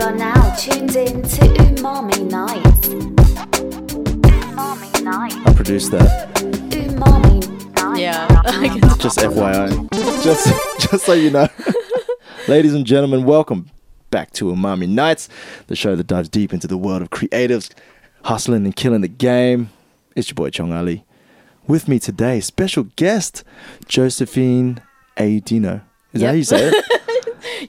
are now tuned in to Umami Nights. Umami Nights. I produced that. Umami Nights. Yeah. Just FYI. Just just so you know. Ladies and gentlemen, welcome back to Umami Nights, the show that dives deep into the world of creatives, hustling and killing the game. It's your boy Chong Ali. With me today, special guest, Josephine Aidino. Is that Yep. how you say it?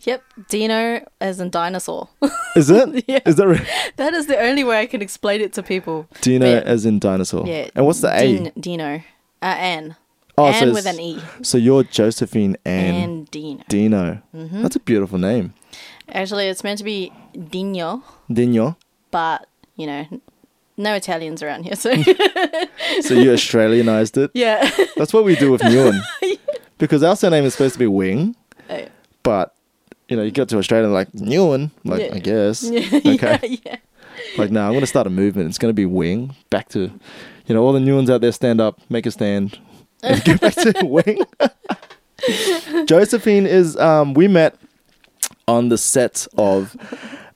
Yep, Dino as in dinosaur. Is it? Yeah. Is that right? that is the only way I can explain it to people. Dino Yeah. as in dinosaur. Yeah. And what's the A? Din- Dino. Uh, Anne. Oh, so Anne it's- with an E. So you're Josephine and, And Mm-hmm. Dino. Dino. That's a beautiful name. Actually, it's meant to be Dino, Dino. but, you know, no Italians around here, so. So you Australianized it. yeah. That's what we do with Nguyen. Because our surname is supposed to be Wing, but you know, you get to Australia and like Nguyen, like Yeah. I guess. yeah, Okay. yeah. Like now I'm gonna start a movement. It's gonna be Wing. Back to you know, all the Nguyen's out there stand up, make a stand. And go back to Wing. Josephine is um we met on the set of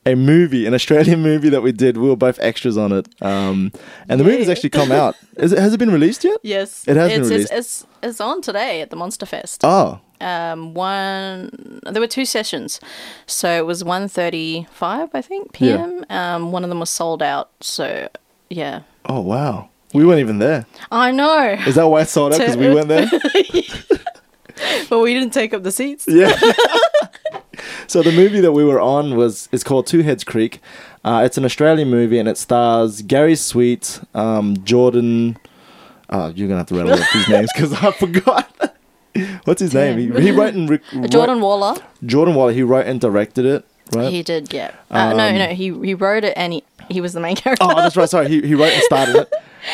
a movie, an Australian movie that we did. We were both extras on it. Um, and the movie's Yeah. actually come out. Is it, has it been released yet? Yes. It has been it's, released. It's, it's, it's on today at the Monster Fest. Oh, um, one there were two sessions so it was 1.35 i think Yeah. pm um, one of them was sold out so yeah Oh wow, we weren't even there. i know Is that why it's sold out? Because we weren't there. but we didn't take up the seats Yeah. so the movie that we were on was it's called Two Heads Creek. Uh, it's an Australian movie and it stars Gary Sweet, um, Jordan. Uh, you're gonna have to rattle up these names because I forgot. What's his name? He, he wrote and re- jordan wrote- waller Jordan Waller. He wrote and directed it. Right. he did yeah uh, no Um, no he, he wrote it and he, he was the main character oh, that's right. Sorry, he he wrote and started it.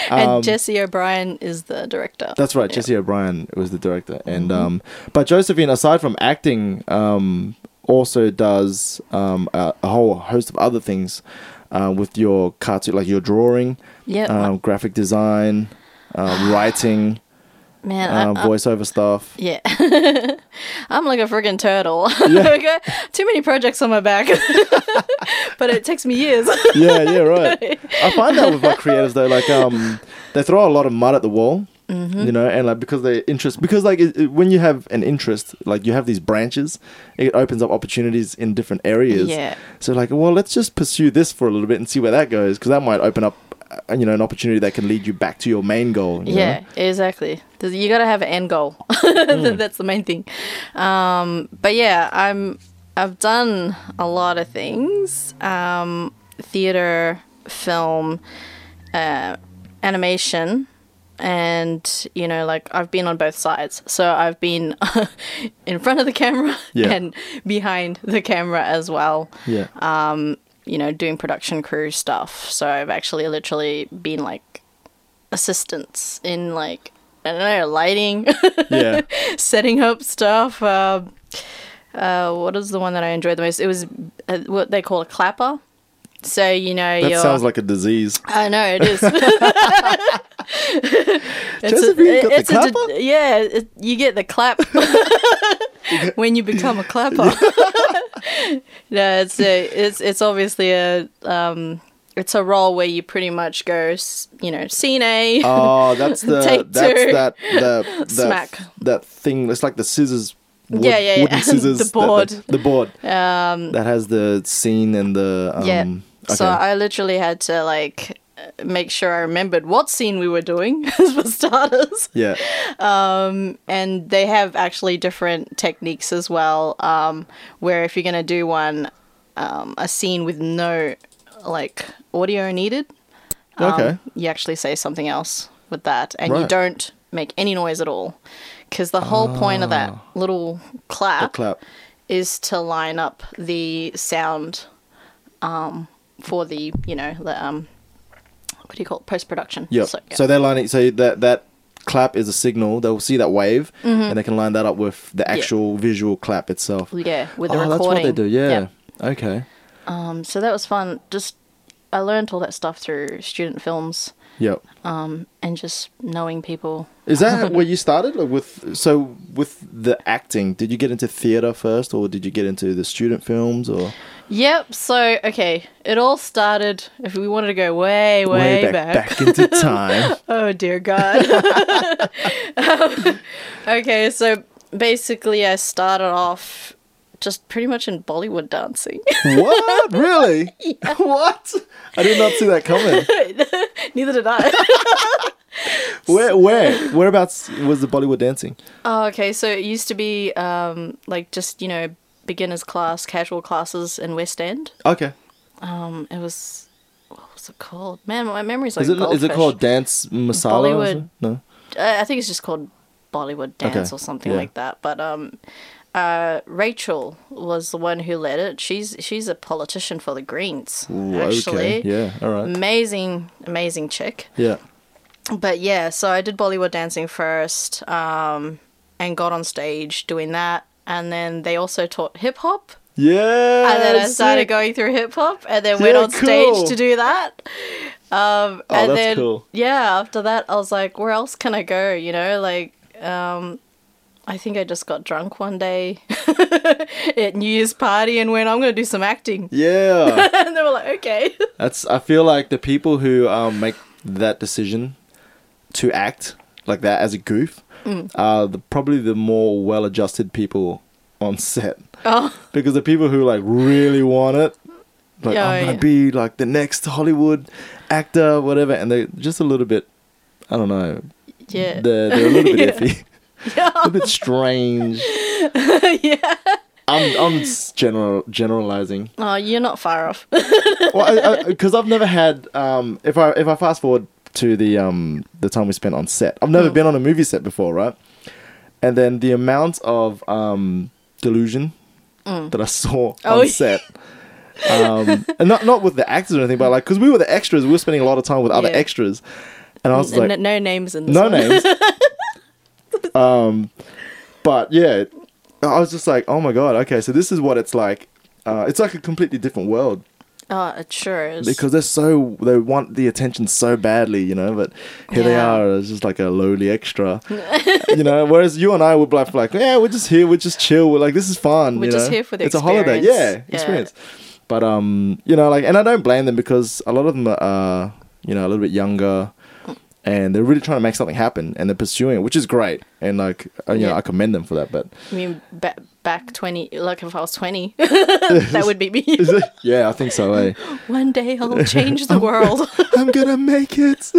and jesse o'brien is the director That's right. Jesse O'Brien was the director, and um, but Josephine, aside from acting, um, also does um, a, a whole host of other things uh, with your cartoon, like your drawing, Yep. um, graphic design, uh, writing, man I- um, voiceover stuff. yeah i'm like a friggin' turtle okay too many projects on my back but it takes me years yeah, yeah, right. I find that with like creatives though, like um, they throw a lot of mud at the wall, Mm-hmm. you know, and like because they interest, because like it, it- when you have an interest, like you have these branches, it opens up opportunities in different areas. Yeah. So like, well, let's just pursue this for a little bit and see where that goes, because that might open up, uh, you know, an opportunity that can lead you back to your main goal. you know? Yeah, exactly. There's- You got to have an end goal. Hmm. That's the main thing. Um, but yeah, I'm I've done a lot of things: um, theater, film, uh, animation, and you know, like I've been on both sides. So I've been in front of the camera Yeah. and behind the camera as well Yeah. Uh, you know, doing production crew stuff. So I've actually literally been like assistants in like I don't know, lighting, yeah. setting up stuff. Um uh, what is the one that I enjoyed the most? It was uh, what they call a clapper. So you know, That you're. sounds like a disease. I know it is. it's Josephine got the it's a- clapper? yeah, it, you get the clap when you become a clapper. no, it's a, it's it's obviously a um, it's a role where you pretty much go, s- you know, scene A. Oh, that's the Take that's two. that the, the Smack. that thing. It's like the scissors. wood- Yeah, yeah, yeah. Wooden scissors. that- The that- board. the board Um, that has the scene and the um, yeah. Okay. So I literally had to like make sure I remembered what scene we were doing for starters. yeah, and they have actually different techniques as well. Um, where if you're gonna do one, um, a scene with no like audio needed, um, okay, you actually say something else with that, and you Right. don't make any noise at all, because the whole point of that little clap, Ah. clap. is to line up the sound um, for the you know the um, what do you call it post production? Yep. So, So, yeah. they're lining. So that that clap is a signal. They'll see that wave, Mm-hmm. and they can line that up with the actual visual clap itself. yeah, with the oh, recording. that's what they do. Yeah. Yep. Okay. Um, so that was fun. Just I learned all that stuff through student films. Yep. and just knowing people. Is that where you started? Like with so with the acting, did you get into theater first, or did you get into the student films, or Yep. So okay, it all started. If we wanted to go way, way, back, back into time? Oh dear God. Um, okay, so basically, I started off just pretty much in Bollywood dancing. what really? What? I did not see that coming. Neither did I. Where where whereabouts was the Bollywood dancing? oh, okay, so it used to be um, like just you know beginners class, casual classes in West End. Okay. Um, it was what was it called? Man, my memory's like Is it is it goldfish. called dance masala? or Bollywood. something? No. uh, I think it's just called Bollywood Dance Okay, or something yeah. like that. But um, uh, Rachel was the one who led it. She's she's a politician for the Greens, Ooh, actually. Mm. okay. Yeah. All right. Amazing, amazing chick. Yeah. But yeah, so I did Bollywood dancing first, um, and got on stage doing that, and then they also taught hip hop. Yeah. And then I started Uh, sick. going through hip hop, and then went Yeah, on stage cool. Oh, to do that. Um, and that's then cool. yeah, after that, I was like, where else can I go? You know, like um, I think I just got drunk one day at New Year's party and went, I'm going to do some acting. Yeah. And they were like, okay. That's. I feel like the people who um, make that decision to act like that as a goof Mm. are the, probably the more well-adjusted people on set Oh, because the people who like really want it, like Yeah, I'm gonna yeah. be like the next Hollywood actor, whatever, and they're just a little bit. I don't know. yeah. They're, they're a little bit Yeah. iffy. a little bit strange. yeah. I'm I'm s- general generalizing. Oh, you're not far off. well, because I've never had. Um, if I if I fast forward to the um the time we spent on set, I've Oh. never been on a movie set before, right? And then the amount of um delusion that I saw Oh, on yeah. set. um, and not not with the actors or anything, but like because we were the extras, we were spending a lot of time with other Yeah. extras, and I was like, N- no names in this no one. names. um, but yeah, I was just like, oh my god, okay, so this is what it's like. Uh, it's like a completely different world Oh, it sure is. because they're so they want the attention so badly, you know. But here they Yeah. are as just like a lowly extra, you know. Whereas you and I would like, like, yeah, we're just here, we're just chill, we're like, this is fun. We're you just know? here for the it's a holiday, yeah, experience. Yeah. experience. But um, you know, like, and I don't blame them because a lot of them are, uh, you know, a little bit younger. And they're really trying to make something happen, and they're pursuing it, which is great. And like, uh, you know, Yeah. I commend them for that. But I mean, ba- back 20, like if I was 20, that would be me. yeah, I think so. Eh? One day I'll change the world. I'm gonna make it.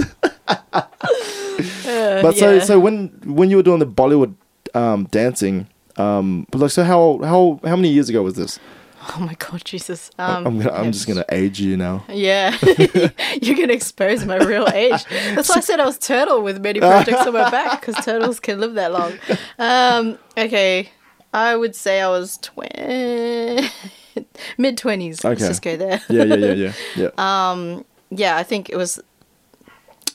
But so Uh, yeah. so when when you were doing the Bollywood um, dancing, um, but like so how how how many years ago was this? oh my god, Jesus. I'm Um, gonna, I'm yeah. just gonna age you now. Yeah, you're gonna expose my real age. That's why I said I was turtle with many projects on my back because turtles can live that long. Um, okay, I would say I was twen mid twenties. Let's Okay. just go there. Yeah yeah yeah yeah yeah. Um, yeah, I think it was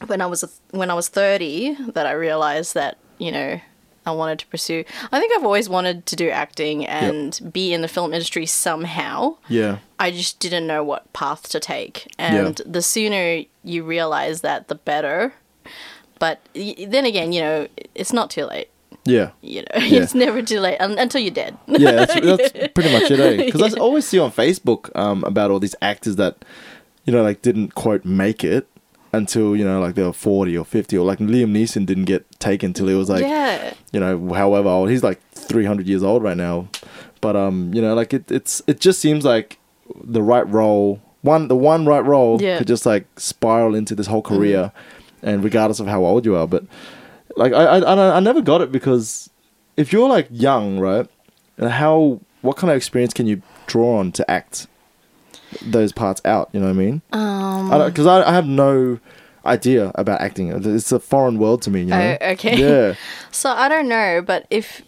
when I was when I was 30 that I realized that, you know, I wanted to pursue. I think I've always wanted to do acting and be in the film industry somehow. yeah. I just didn't know what path to take. And the sooner you realize that the better. But y- then again, you know, it's not too late. Yeah, You know, Yeah. it's never too late un- until you're dead. yeah, that's, that's pretty much it, Because I always see on Facebook um, about all these actors that, you know, like didn't quote make it until you know like they were forty or fifty, or like Liam Neeson didn't get taken till he was like yeah. you know, however old he's like 300 years old right now, but um, you know, like it, it's it just seems like the right role one the one right role Yeah. Mm-hmm. could just like spiral into this whole career, and regardless of how old you are, but like I I, I, don't- I never got it because if you're like young, right, and how what kind of experience can you draw on to act those parts out? You know what I mean? Um, because I, I, have no idea about acting. It's a foreign world to me. You know? Oh, okay. Yeah. So I don't know, but if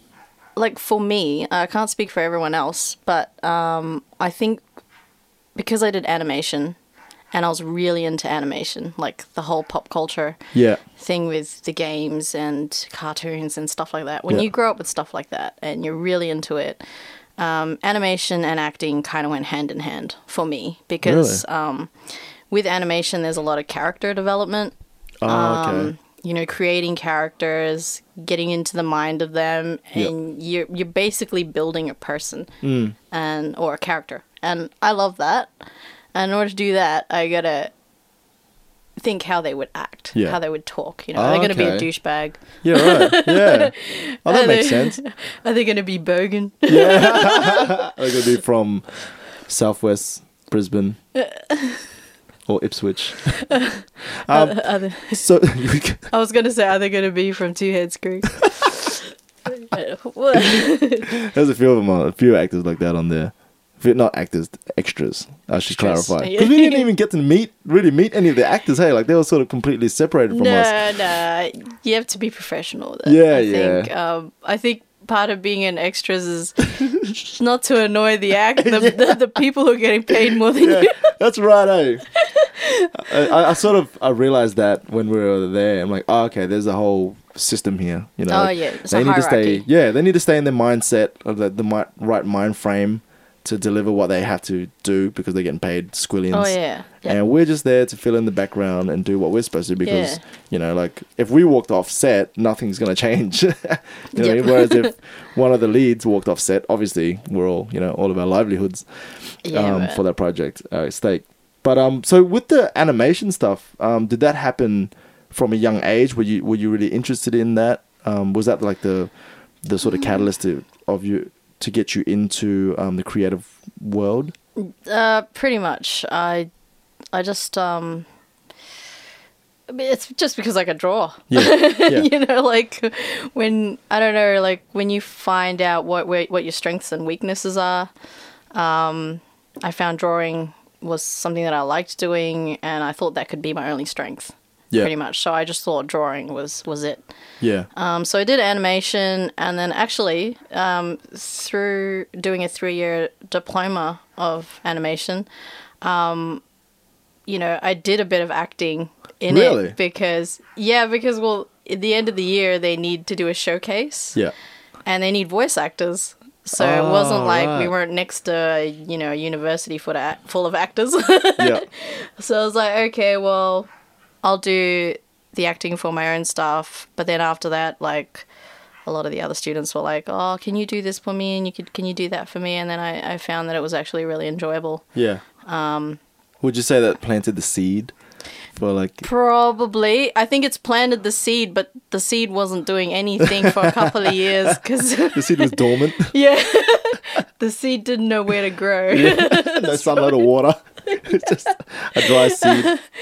like for me, I can't speak for everyone else, but um, I think because I did animation and I was really into animation, like the whole pop culture Yeah. thing with the games and cartoons and stuff like that. When Yeah. you grow up with stuff like that and you're really into it, um, animation and acting kind of went hand in hand for me because um, with animation, there's a lot of character development Oh, okay. you know, creating characters, getting into the mind of them, Yep. Mm. and you're you're basically building a person and or a character. And I love that. And in order to do that, I gotta think how they would act, Yeah. how they would talk. You know, Oh, are they gonna be okay. a douchebag? Yeah, right. Yeah. Oh, that makes uh, sense. Are they gonna be bogan? I could be from Southwest Brisbane or Ipswich. Um, Are they- so, I was gonna say, are they gonna be from Two Heads Creek? What? there's a few of them, on, a few actors like that on there. Few- Not actors, extras. I should Extras, clarify yeah. because we didn't even get to meet, really meet any of the actors. Hey, like they were sort of completely separated from us. no, no, you have to be professional. With it, Yeah, I yeah. Think. Um, I think part of being an extras is not to annoy the act, the, the, the people who are getting paid more than Yeah, you. that's right. Eh? I, I, I sort of I realized that when we were there, I'm like, oh, okay, there's a whole system here. You know, Oh, like, yeah, it's they a need to stay. hierarchy. Yeah, they need to stay in their mindset of the, the mi- right mind frame to deliver what they have to do because they're getting paid squillions. Oh yeah, yeah. And we're just there to fill in the background and do what we're supposed to because, Yeah. you know, like if we walked off set, nothing's going to change. you know what I Yep. mean? Whereas if one of the leads walked off set, obviously we're all, you know, all of our livelihoods Yeah, um, right. for that project uh, at stake. But um, so with the animation stuff, um, did that happen from a young age? Were you were you really interested in that? Um, was that like the the sort of Mm-hmm. catalyst to, of you to get you into um, the creative world? Uh, pretty much. I, I just um. I mean, It's just because I could draw. Yeah, yeah, you know, like when I don't know, like when you find out what where, what your strengths and weaknesses are. Um, I found drawing was something that I liked doing, and I thought that could be my only strength, Yeah. pretty much. So I just thought drawing was was it. yeah. Um, so I did animation, and then actually um, through doing a three-year diploma of animation, um, you know, I did a bit of acting in Really? it because yeah, because well, at the end of the year they need to do a showcase, Yeah. and they need voice actors. So Oh, it wasn't like we right. weren't next to you know a university full of, full of actors. Yeah. So I was like, okay, well, I'll do the acting for my own stuff. But then after that, like, a lot of the other students were like, oh, can you do this for me? And you could, can you do that for me? And then I, I found that it was actually really enjoyable. Yeah. Um, Would you say that planted the seed for like? Probably. I think it's planted the seed, but the seed wasn't doing anything for a couple of years because, The seed was dormant. yeah, the seed didn't know where to grow. no sunlight or water. it's just a dry seed.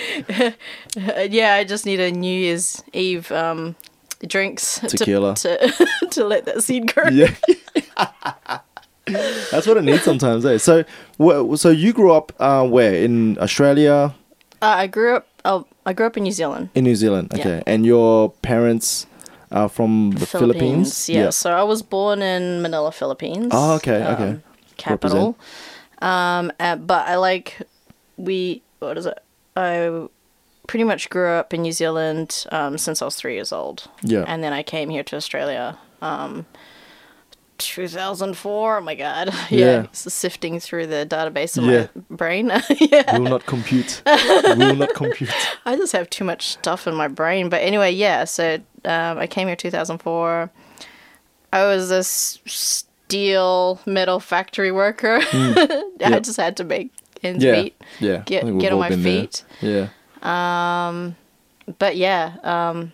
Uh, yeah, I just need a New Year's Eve um, drinks to- Tequila. to, to, let that seed grow. Yeah. That's what it needs sometimes, eh? So, wh- so you grew up uh, where in Australia, Uh, I grew up. Oh, I grew up in New Zealand, in New Zealand, Yeah. okay? And your parents are from the Philippines. Yeah. So I was born in Manila, Philippines. Oh, okay, um, okay. Capital. Um, uh, but I like we. What is it? I pretty much grew up in New Zealand um, since I was three years old. Yeah. And then I came here to Australia. Um, 2004. Oh my God. Yeah. Yeah. it's sifting through the database in Yeah. my brain. yeah. Will not compute. Will not compute. I just have too much stuff in my brain. But anyway, yeah. So um, I came here 2004. I was a s- steel metal factory worker. I Hmm. yep. just had to make ends Yeah. meet. Yeah. I Get think we've get on all my been there. feet. Yeah. But yeah, um,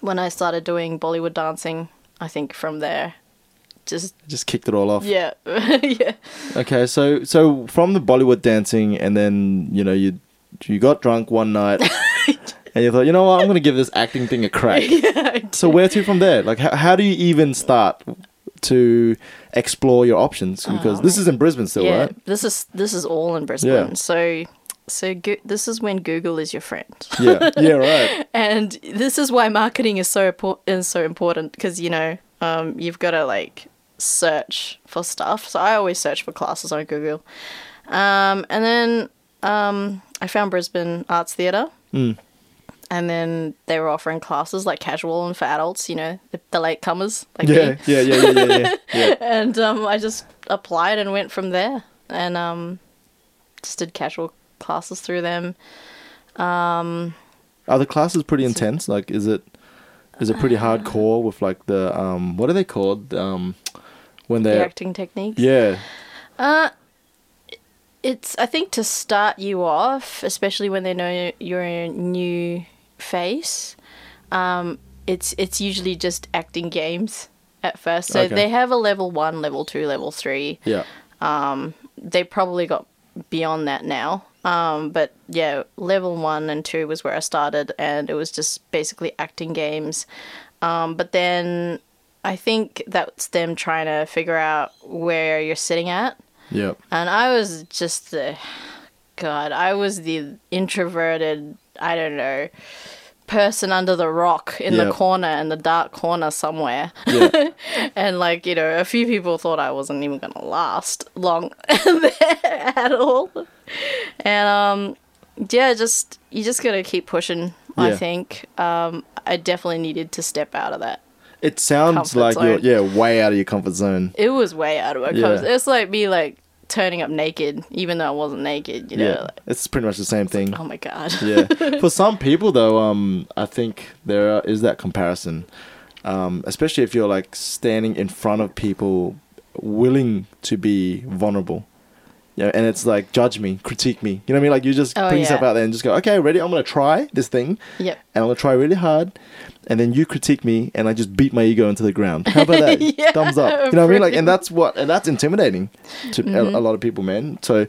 when I started doing Bollywood dancing, I think from there, just Just kicked it all off. yeah, yeah. Okay, so so from the Bollywood dancing, and then you know you you got drunk one night, and you thought, you know what, I'm gonna give this acting thing a crack. So where to from there? Like, how, how do you even start to explore your options? Because this is in Brisbane still, Uh-huh. yeah. right? This is this is all in Brisbane. So so go- this is when Google is your friend. Yeah, yeah, right. and this is why marketing is so impor- is so important because you know um, you've got to like search for stuff. So I always search for classes on Google, um, and then um, I found Brisbane Arts Theatre, and then they were offering classes like casual and for adults. You know the, the latecomers like Yeah, me, yeah, yeah, yeah, yeah, yeah. yeah. and um, I just applied and went from there, and um, just did casual classes through them. Are the classes pretty intense? Like, is it is it pretty Uh-huh. hardcore with like the um what are they called um when The they acting techniques. yeah It's I think to start you off, especially when they know you're a new face, um, it's it's usually just acting games at first. So Okay. they have a level one, level two, level three. yeah They probably got beyond that now. Um, but yeah, level one and two was where I started, and it was just basically acting games. Um, but then I think that's them trying to figure out where you're sitting at. yeah And I was just the God, I was the introverted, I don't know, person under the rock in Yeah. the corner, in the dark corner somewhere. yeah And like, you know, a few people thought I wasn't even gonna last long there at all. And um yeah, just you just gotta keep pushing, I Yeah. think. Um I definitely needed to step out of that. it sounds Comfort like you're zone. yeah way out of your comfort zone it was way out of my Yeah. comfort. It's like me like turning up naked, even though I wasn't naked. You know, yeah like, it's pretty much the same thing oh my god. yeah for some people though um i think there are- is that comparison um especially if you're like standing in front of people willing to be vulnerable yeah and it's like judge me critique me you know what i mean like you just Oh, put yourself yeah. out there and just go okay ready i'm gonna try this thing Yep. and i'm gonna try really hard and then you critique me and i just beat my ego into the ground how about that Yeah, thumbs up you know what i mean like brilliant. and that's what and that's intimidating to Mm-hmm. a, a lot of people man so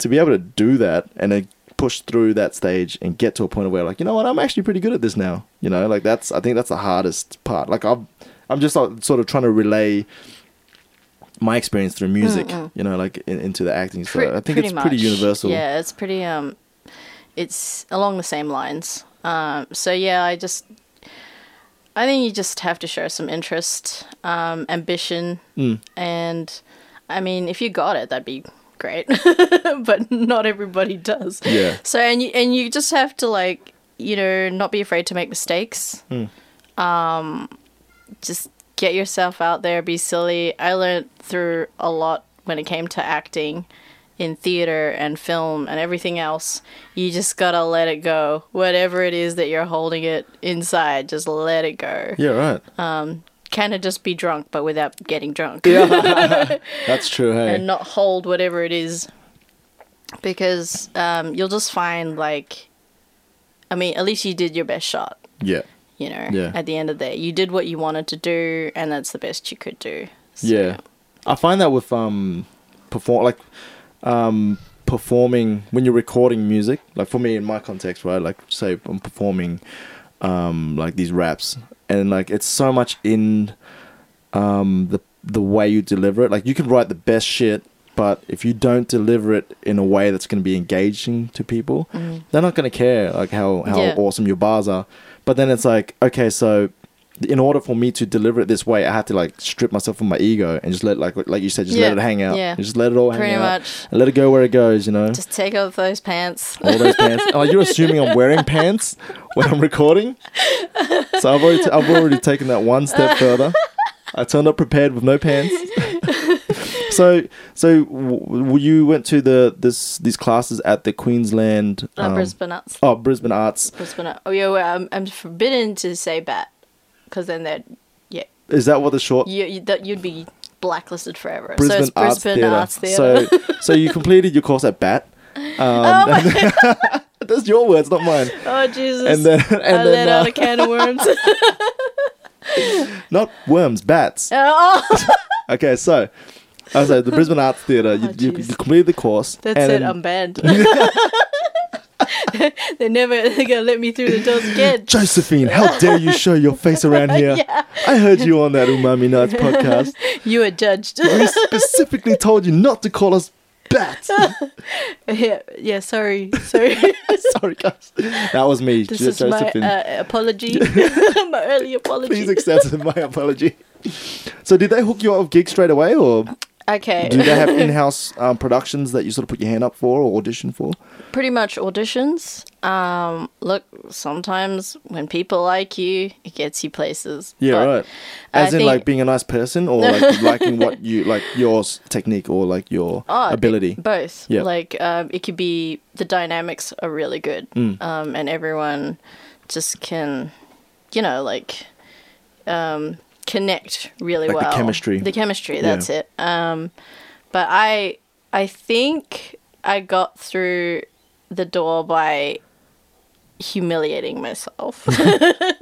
to be able to do that and then push through that stage and get to a point where like you know what i'm actually pretty good at this now you know like that's i think that's the hardest part like i'm i'm just like, sort of trying to relay my experience through music you know like in, into the acting so Mm-hmm. Pre- i think it's pretty much. universal Yeah, it's pretty um, it's along the same lines. Um, so yeah, I just, I think you just have to show some interest, um, ambition, Hmm. and I mean, if you got it, that'd be great, but not everybody does. Yeah. So and you and you just have to like you know not be afraid to make mistakes. Um, just get yourself out there, be silly. I learned through a lot when it came to acting in theater and film and everything else. You just gotta let it go. Whatever it is that you're holding it inside, just let it go. yeah right Uh, Kind of just be drunk, but without getting drunk. that's true hey and not hold whatever it is because um, you'll just find like i mean at least you did your best shot yeah you know Yeah. at the end of the day you did what you wanted to do and that's the best you could do So, Yeah, I find that with um perform like um performing when you're recording music, like for me in my context, right? Like say I'm performing um like these raps, and like it's so much in um the the way you deliver it. Like you can write the best shit. But if you don't deliver it in a way that's going to be engaging to people, they're not going to care like how how Mm. Yeah. awesome your bars are. But then it's like, okay, so in order for me to deliver it this way, I had to like strip myself of my ego and just let like like you said, just let Yeah, it hang out. yeah. Just let it all hang Pretty out. much. And let it go where it goes, you know. just take off those pants all those pants. Oh, you're assuming I'm wearing pants when I'm recording. So I've already, t- I've already taken that one step further. I turned up prepared with no pants. so, so w- w- you went to the this these classes at the Queensland, uh, um, brisbane arts oh Brisbane Arts. brisbane oh yeah well, I'm, I'm forbidden to say bat because then that yeah Is that what the short you, you that you'd be blacklisted forever so Brisbane, it's brisbane Arts, arts theatre Theatre. So, so you completed your course at BAT. Um, that's your words, not mine. oh jesus And then, and i then let uh, out a can of worms Oh, not worms, bats. oh Okay, so I was at the Brisbane Arts Theatre. You, you, Oh, jeez. you completed the course. That's and it. um, then- I'm banned. they never they're gonna let me through the doors again. Josephine, how dare you show your face around here? I heard you on that Umami Nights podcast. You are judged. We specifically told you not to call us bats. yeah, yeah. Sorry, sorry. Sorry, guys. That was me, This Jo- is my Josephine. uh, apology. my early apology. Please accept my apology. So, did they hook you up with gigs straight away, or okay. do they have in-house um, productions that you sort of put your hand up for or audition for? pretty much auditions. Um, look, sometimes when people like you, it gets you places. But I As in, think- like being a nice person, or like liking what you like your s- technique or like your Oh, it- ability. both. Yeah. Mm. Like um, it could be the dynamics are really good, um, and everyone just can, you know, like um, connect really Like the well. chemistry. The chemistry. Yeah. That's it. Um, but I I think I got through the door by humiliating myself.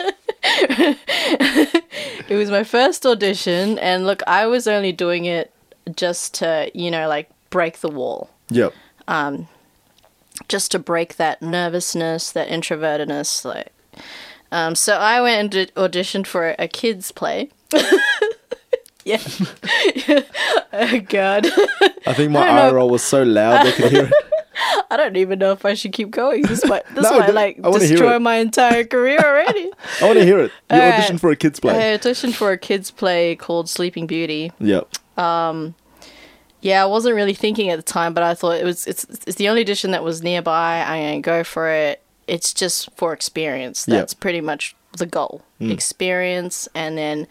it was my first audition and look, I was only doing it just to, you know, like break the wall Yep. just to break that nervousness, that introvertedness. Like, um, so I went and did, auditioned for a kids play. yeah. oh God, I think my don't eye know. roll was so loud they could hear it. I don't even know if I should keep going. This might, this No, might don't- like I wanna hear destroy it. my entire career already. I want to hear it. You All right. auditioned for a kids play. I auditioned for a kids play called Sleeping Beauty. Yep. Yeah, I wasn't really thinking at the time, but I thought it was it's it's the only edition that was nearby. I'm gonna go for it. It's just for experience. Yeah. That's pretty much the goal. Experience, and then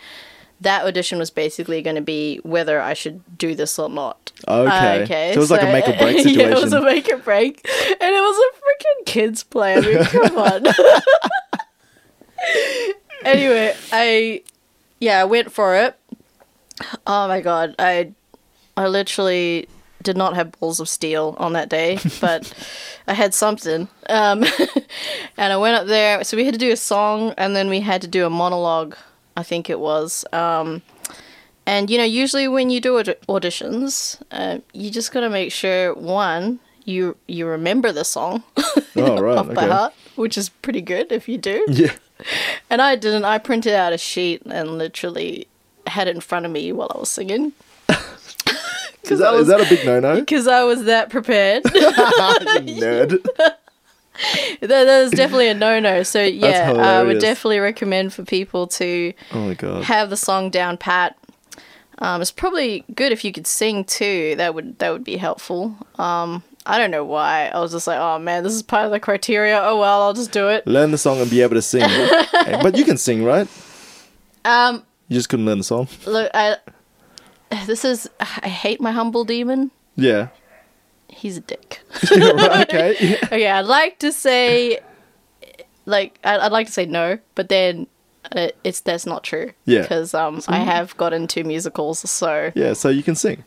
that audition was basically going to be whether I should do this or not. Okay. okay. So it was like a make or break yeah, it situation. was a make or break, and it was a freaking kids play. I mean, come on. anyway, I yeah, I went for it. Oh my god, I I literally did not have balls of steel on that day, but I had something. Um, and I went up there. So we had to do a song, and then we had to do a monologue. I think it was. Um, and you know, usually when you do aud- auditions, uh, you just gotta make sure one you you remember the song Oh, right. off by okay. heart, which is pretty good if you do. Yeah. And I didn't. I printed out a sheet and literally had it in front of me while I was singing. Is that, is that a big no-no? Because I was that prepared. You Nerd. that, that is definitely a no-no. So yeah, I would hilarious. definitely recommend for people to Oh my god. have the song down pat. Um, it's probably good if you could sing too. That would that would be helpful. Um, I don't know why. I was just like, oh man, this is part of the criteria. Oh well, I'll just do it. Learn the song and be able to sing. Hey, but you can sing, right? Um, You just couldn't learn the song. look, I this is I hate my humble demon. Yeah. He's a dick. You're right, okay. Yeah. okay, I'd like to say, like, I- I'd like to say no, but then uh, it's that's not true. Yeah. Mm-hmm. Because um, I have gotten two musicals, so Yeah, so you can sing.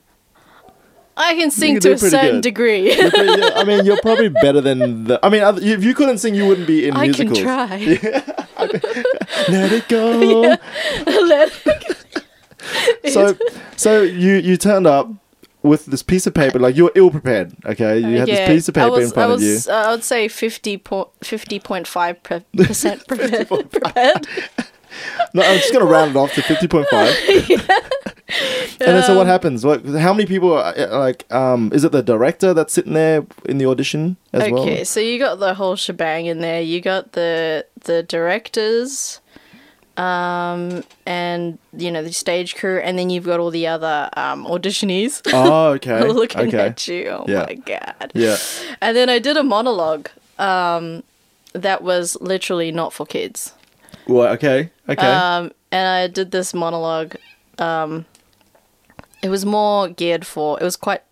I can sing can to do a pretty certain good. degree. But yeah, I mean, you're probably better than the. I mean, other- if you couldn't sing, you wouldn't be in I can musicals. try. Let it go. Let- So, so you you turned up with this piece of paper, like you were ill prepared. Okay, you had Yeah, this piece of I paper was, in front I was, of you. uh, I would say 50.5 per- percent prepared. prepared. No, I'm just gonna round it off to fifty point five. And then, so what happens? What? How many people? Are, uh, like, um, is it the director that's sitting there in the audition as well? Okay, so you got the whole shebang in there. You got the the directors, um, and you know the stage crew, and then you've got all the other um, auditionees Oh, okay. looking okay. at you. Oh Yeah. my god! Yeah. And then I did a monologue um, that was literally not for kids. Well, okay. Okay. Um, and I did this monologue. Um, it was more geared for. It was quite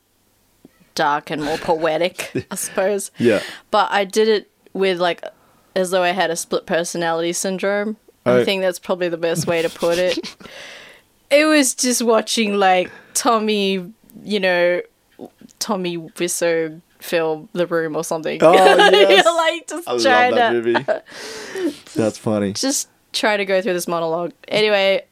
dark and more poetic, I suppose yeah. but I did it with like as though I had a split personality syndrome. Oh. I think that's probably the best way to put it. it was just watching like Tommy, you know, Tommy Wiseau film The Room or something. Oh, yes. You're like just I love trying that to movie. That's funny. just try to go through this monologue. Anyway,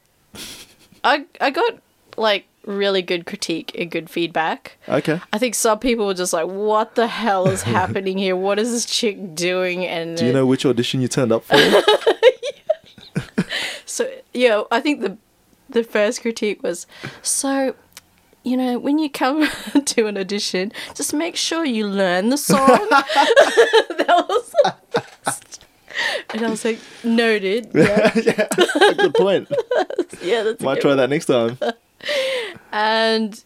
I I got like really good critique and good feedback. Okay. I think some people were just like, "What the hell is happening here? What is this chick doing?" And Do you it- know which audition you turned up for? so yeah, I think the the first critique was so. You know, when you come to an audition, just make sure you learn the song. that was the first. And I was like, noted. Yeah, yeah. Good point. yeah that's a Might good try that next time. and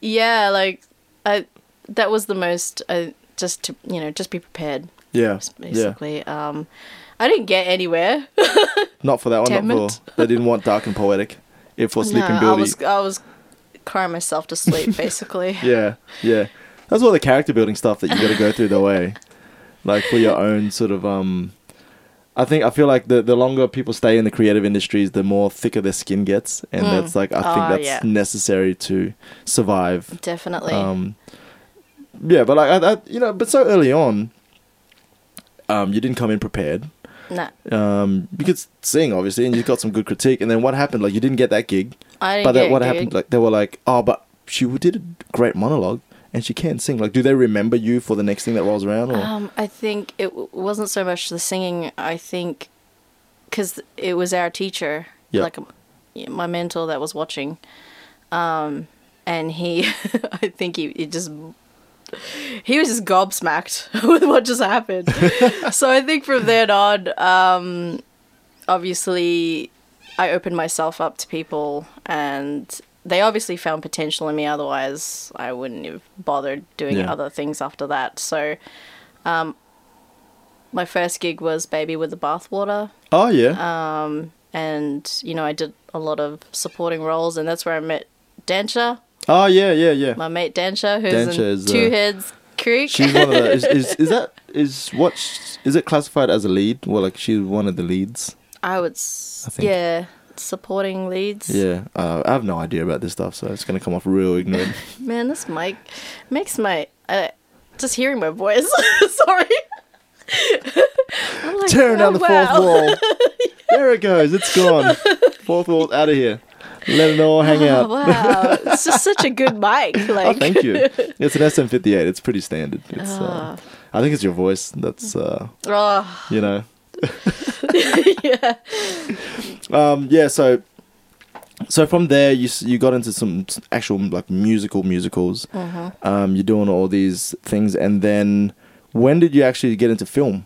yeah like i that was the most i just to you know just be prepared Yeah. Yeah. basically um i didn't get anywhere Not for that one. Damn Not for. They didn't want dark and poetic. If for Sleeping no, i Beauty. was i was crying myself to sleep basically Yeah. Yeah. That's eh? all the character building stuff that you got to go through the way, like for your own sort of um, I think I feel like the, the longer people stay in the creative industries, the more thicker their skin gets, and that's like I Oh, think that's yeah. necessary to survive. Definitely. Um, yeah, but like I, I, you know, but so early on, um, you didn't come in prepared. nah, Um, you could sing obviously, and you got some good critique. And then what happened? Like you didn't get that gig. I didn't but get then it, what dude. happened? Like they were like, oh, but she did a great monologue, and she can sing. Like, do they remember you for the next thing that rolls around? Or Um, I think it w- wasn't so much the singing. I think because it was our teacher, Yeah. like um, yeah, my mentor that was watching, um, and he, I think he, he just. He was just gobsmacked with what just happened. so I think from then on, um, obviously, I opened myself up to people, and they obviously found potential in me. Otherwise, I wouldn't have bothered doing Yeah. other things after that. So, um, my first gig was Baby with the Bathwater, oh uh, yeah, and you know I did a lot of supporting roles, and that's where I met Dancha, oh yeah, yeah, yeah. my mate Dancha, who's Dancha in is, uh, Two Heads Creek. She's one of the is, is is that is what is it classified as a lead? Well, like she's one of the leads. I would, s- I think. yeah, supporting leads. Yeah, uh, I have no idea about this stuff, so it's gonna come off real ignorant. Man, this mic makes my uh, just hearing my voice. Sorry. I'm like, Tearing down the oh, wow. fourth wall. There it goes. It's gone. Fourth wall's out of here. Let it all hang Oh, out. wow, it's just such a good mic. Like, Oh, thank you. It's an SM58. It's pretty standard. It's, Ah. uh, I think it's your voice. That's uh, Oh, you know. yeah. Um, yeah. So, so from there, you s- you got into some s- actual like musical musicals. Mm-hmm. Um, you're doing all these things, and then when did you actually get into film?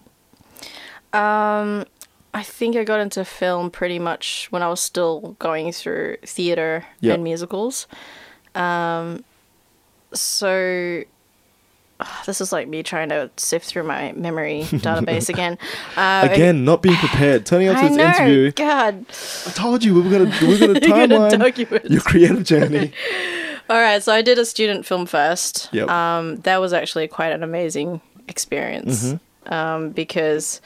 Um, I think I got into film pretty much when I was still going through theater Yeah. and musicals. Um, so this is like me trying to sift through my memory database again. Uh, Again, not being prepared. Turning up to I this know. interview. God, I told you we were gonna we were gonna you're gonna timeline document. your creative journey. All right, so I did a student film first. Yep. Um, that was actually quite an amazing experience Mm-hmm. um, because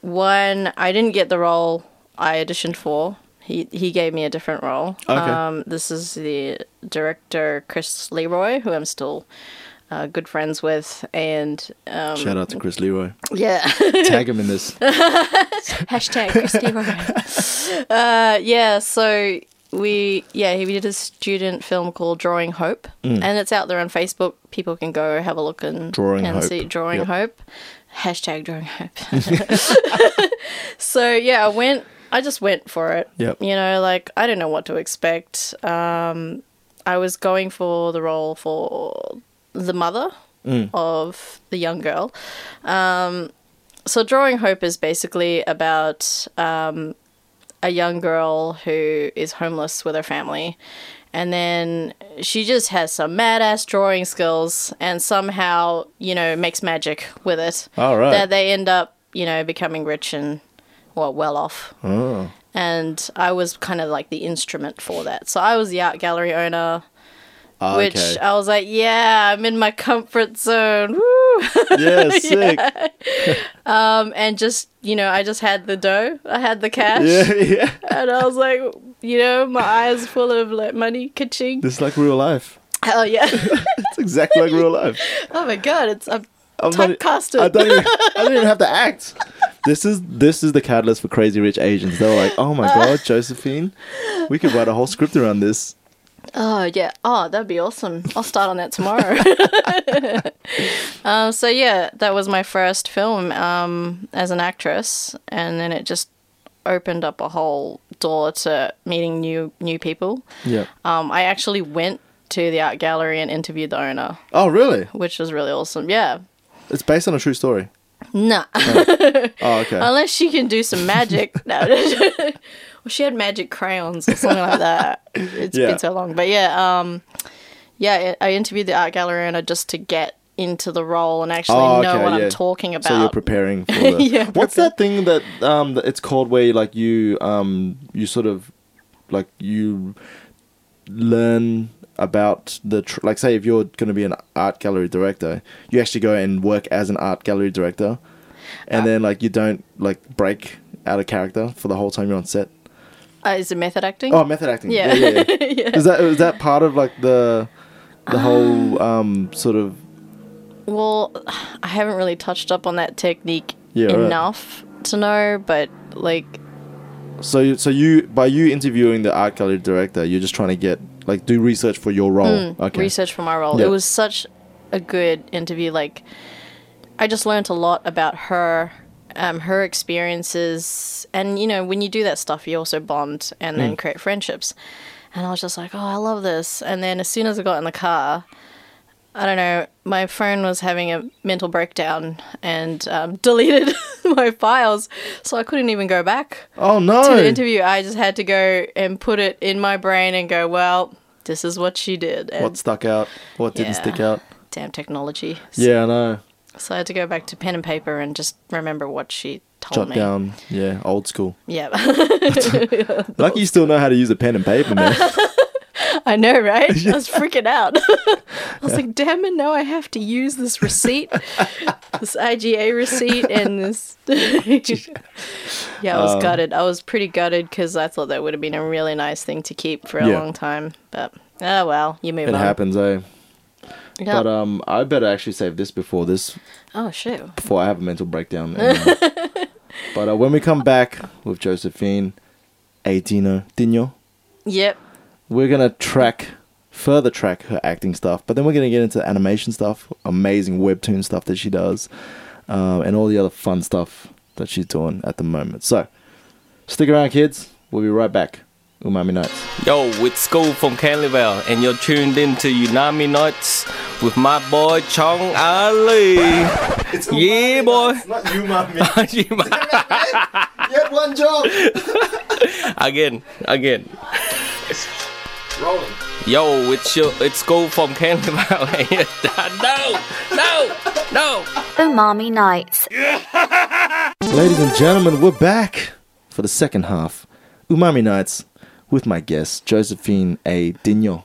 one, I didn't get the role I auditioned for. He he gave me a different role. Okay. Um, this is the director Chris Leroy, who I'm still uh, good friends with, and um, Shout out to Chris Leroy. yeah. Tag him in this. Hashtag Christy uh, yeah, so we yeah we did a student film called Drawing Hope, Mm. and it's out there on Facebook. People can go have a look and Drawing and Hope. see Drawing Yep. Hope. Hashtag Drawing Hope. so yeah, I went. I just went for it. Yep. You know, like I didn't know what to expect. Um, I was going for the role for the mother Mm. of the young girl so drawing hope is basically about um, a young girl who is homeless with her family and then she just has some mad ass drawing skills and somehow you know makes magic with it All right. that they end up you know becoming rich and well well off Oh. and i was kind of like the instrument for that so i was the art gallery owner Ah, which okay. i was like yeah i'm in my comfort zone Woo! yeah, sick. Yeah, and just you know i just had the dough i had the cash yeah. and i was like you know my eyes full of like money ka-ching This is like real life. oh yeah It's exactly like real life. oh my god it's i'm, I'm not- e- typecasted I don't even I don't even have to act. This is this is the catalyst for Crazy Rich Asians. They were like, oh my god, Josephine, we could write a whole script around this. oh yeah oh that'd be awesome i'll start on that tomorrow um so yeah that was my first film um as an actress and then it just opened up a whole door to meeting new new people Yeah. um i actually went to the art gallery and interviewed the owner Oh really? which was really awesome. Yeah. It's based on a true story. Nah. Oh okay. Unless she can do some magic. no. well, she had magic crayons or something like that. It's Yeah. been so long. But yeah, um, yeah, I I interviewed the art gallery owner just to get into the role and actually Oh, know okay, what yeah. I'm talking about. So you're preparing for the. Yeah, What's that thing that um that it's called where you, like you um you sort of like you learn about the tr- like say if you're going to be an art gallery director, you actually go and work as an art gallery director. Uh. and then like you don't like break out of character for the whole time you're on set. Uh, is it method acting? Oh, method acting. Yeah. yeah, yeah, yeah. Is that is that part of like the the whole Ah. um sort of Well, I haven't really touched up on that technique Yeah, right. enough to know, but like, so you, so you by you interviewing the art gallery director, you're just trying to get like do research for your role. okay. Mm, research for my role. Yeah. It was such a good interview. Like, I just learned a lot about her, um, her experiences, and you know, when you do that stuff, you also bond and Mm. then create friendships. And I was just like, oh, I love this. And then as soon as I got in the car, I don't know, my phone was having a mental breakdown and um, deleted my files, so I couldn't even go back. Oh no. to the interview, I just had to go and put it in my brain and go, well, this is what she did. And What stuck out? What didn't Yeah. stick out? damn technology. So, Yeah, I know. so I had to go back to pen and paper and just remember what she told Jot me. down. Yeah, old school. Yeah. Lucky you still know how to use a pen and paper, man. I know, right? I was freaking out. I was like, damn it, now I have to use this receipt, this IGA receipt, and this. yeah, I Um, was gutted. I was pretty gutted because I thought that would have been a really nice thing to keep for a Yeah. long time. But oh well, you move it on. happens, eh? Yeah. But um, I better actually save this before this oh, shoot. before I have a mental breakdown. and, uh, but uh, when we come back with Josephine, Adino, Dino, Yep. we're gonna track further track her acting stuff, but then we're gonna get into animation stuff, amazing webtoon stuff that she does, um, and all the other fun stuff that she's doing at the moment. So stick around, kids. We'll be right back. Umami Nights. Yo, it's School from Canleyvale, and you're tuned in to Unami Nights with my boy Chong Ali. It's Yeah, Umami boy. Nights, not umami. you had one job. again, again. Rolling. Yo, it's your it's School from Canleyvale. and you're- no, no, no. Umami Nights. Ladies and gentlemen, we're back for the second half. Umami Nights with my guest, Josephine A. Dino.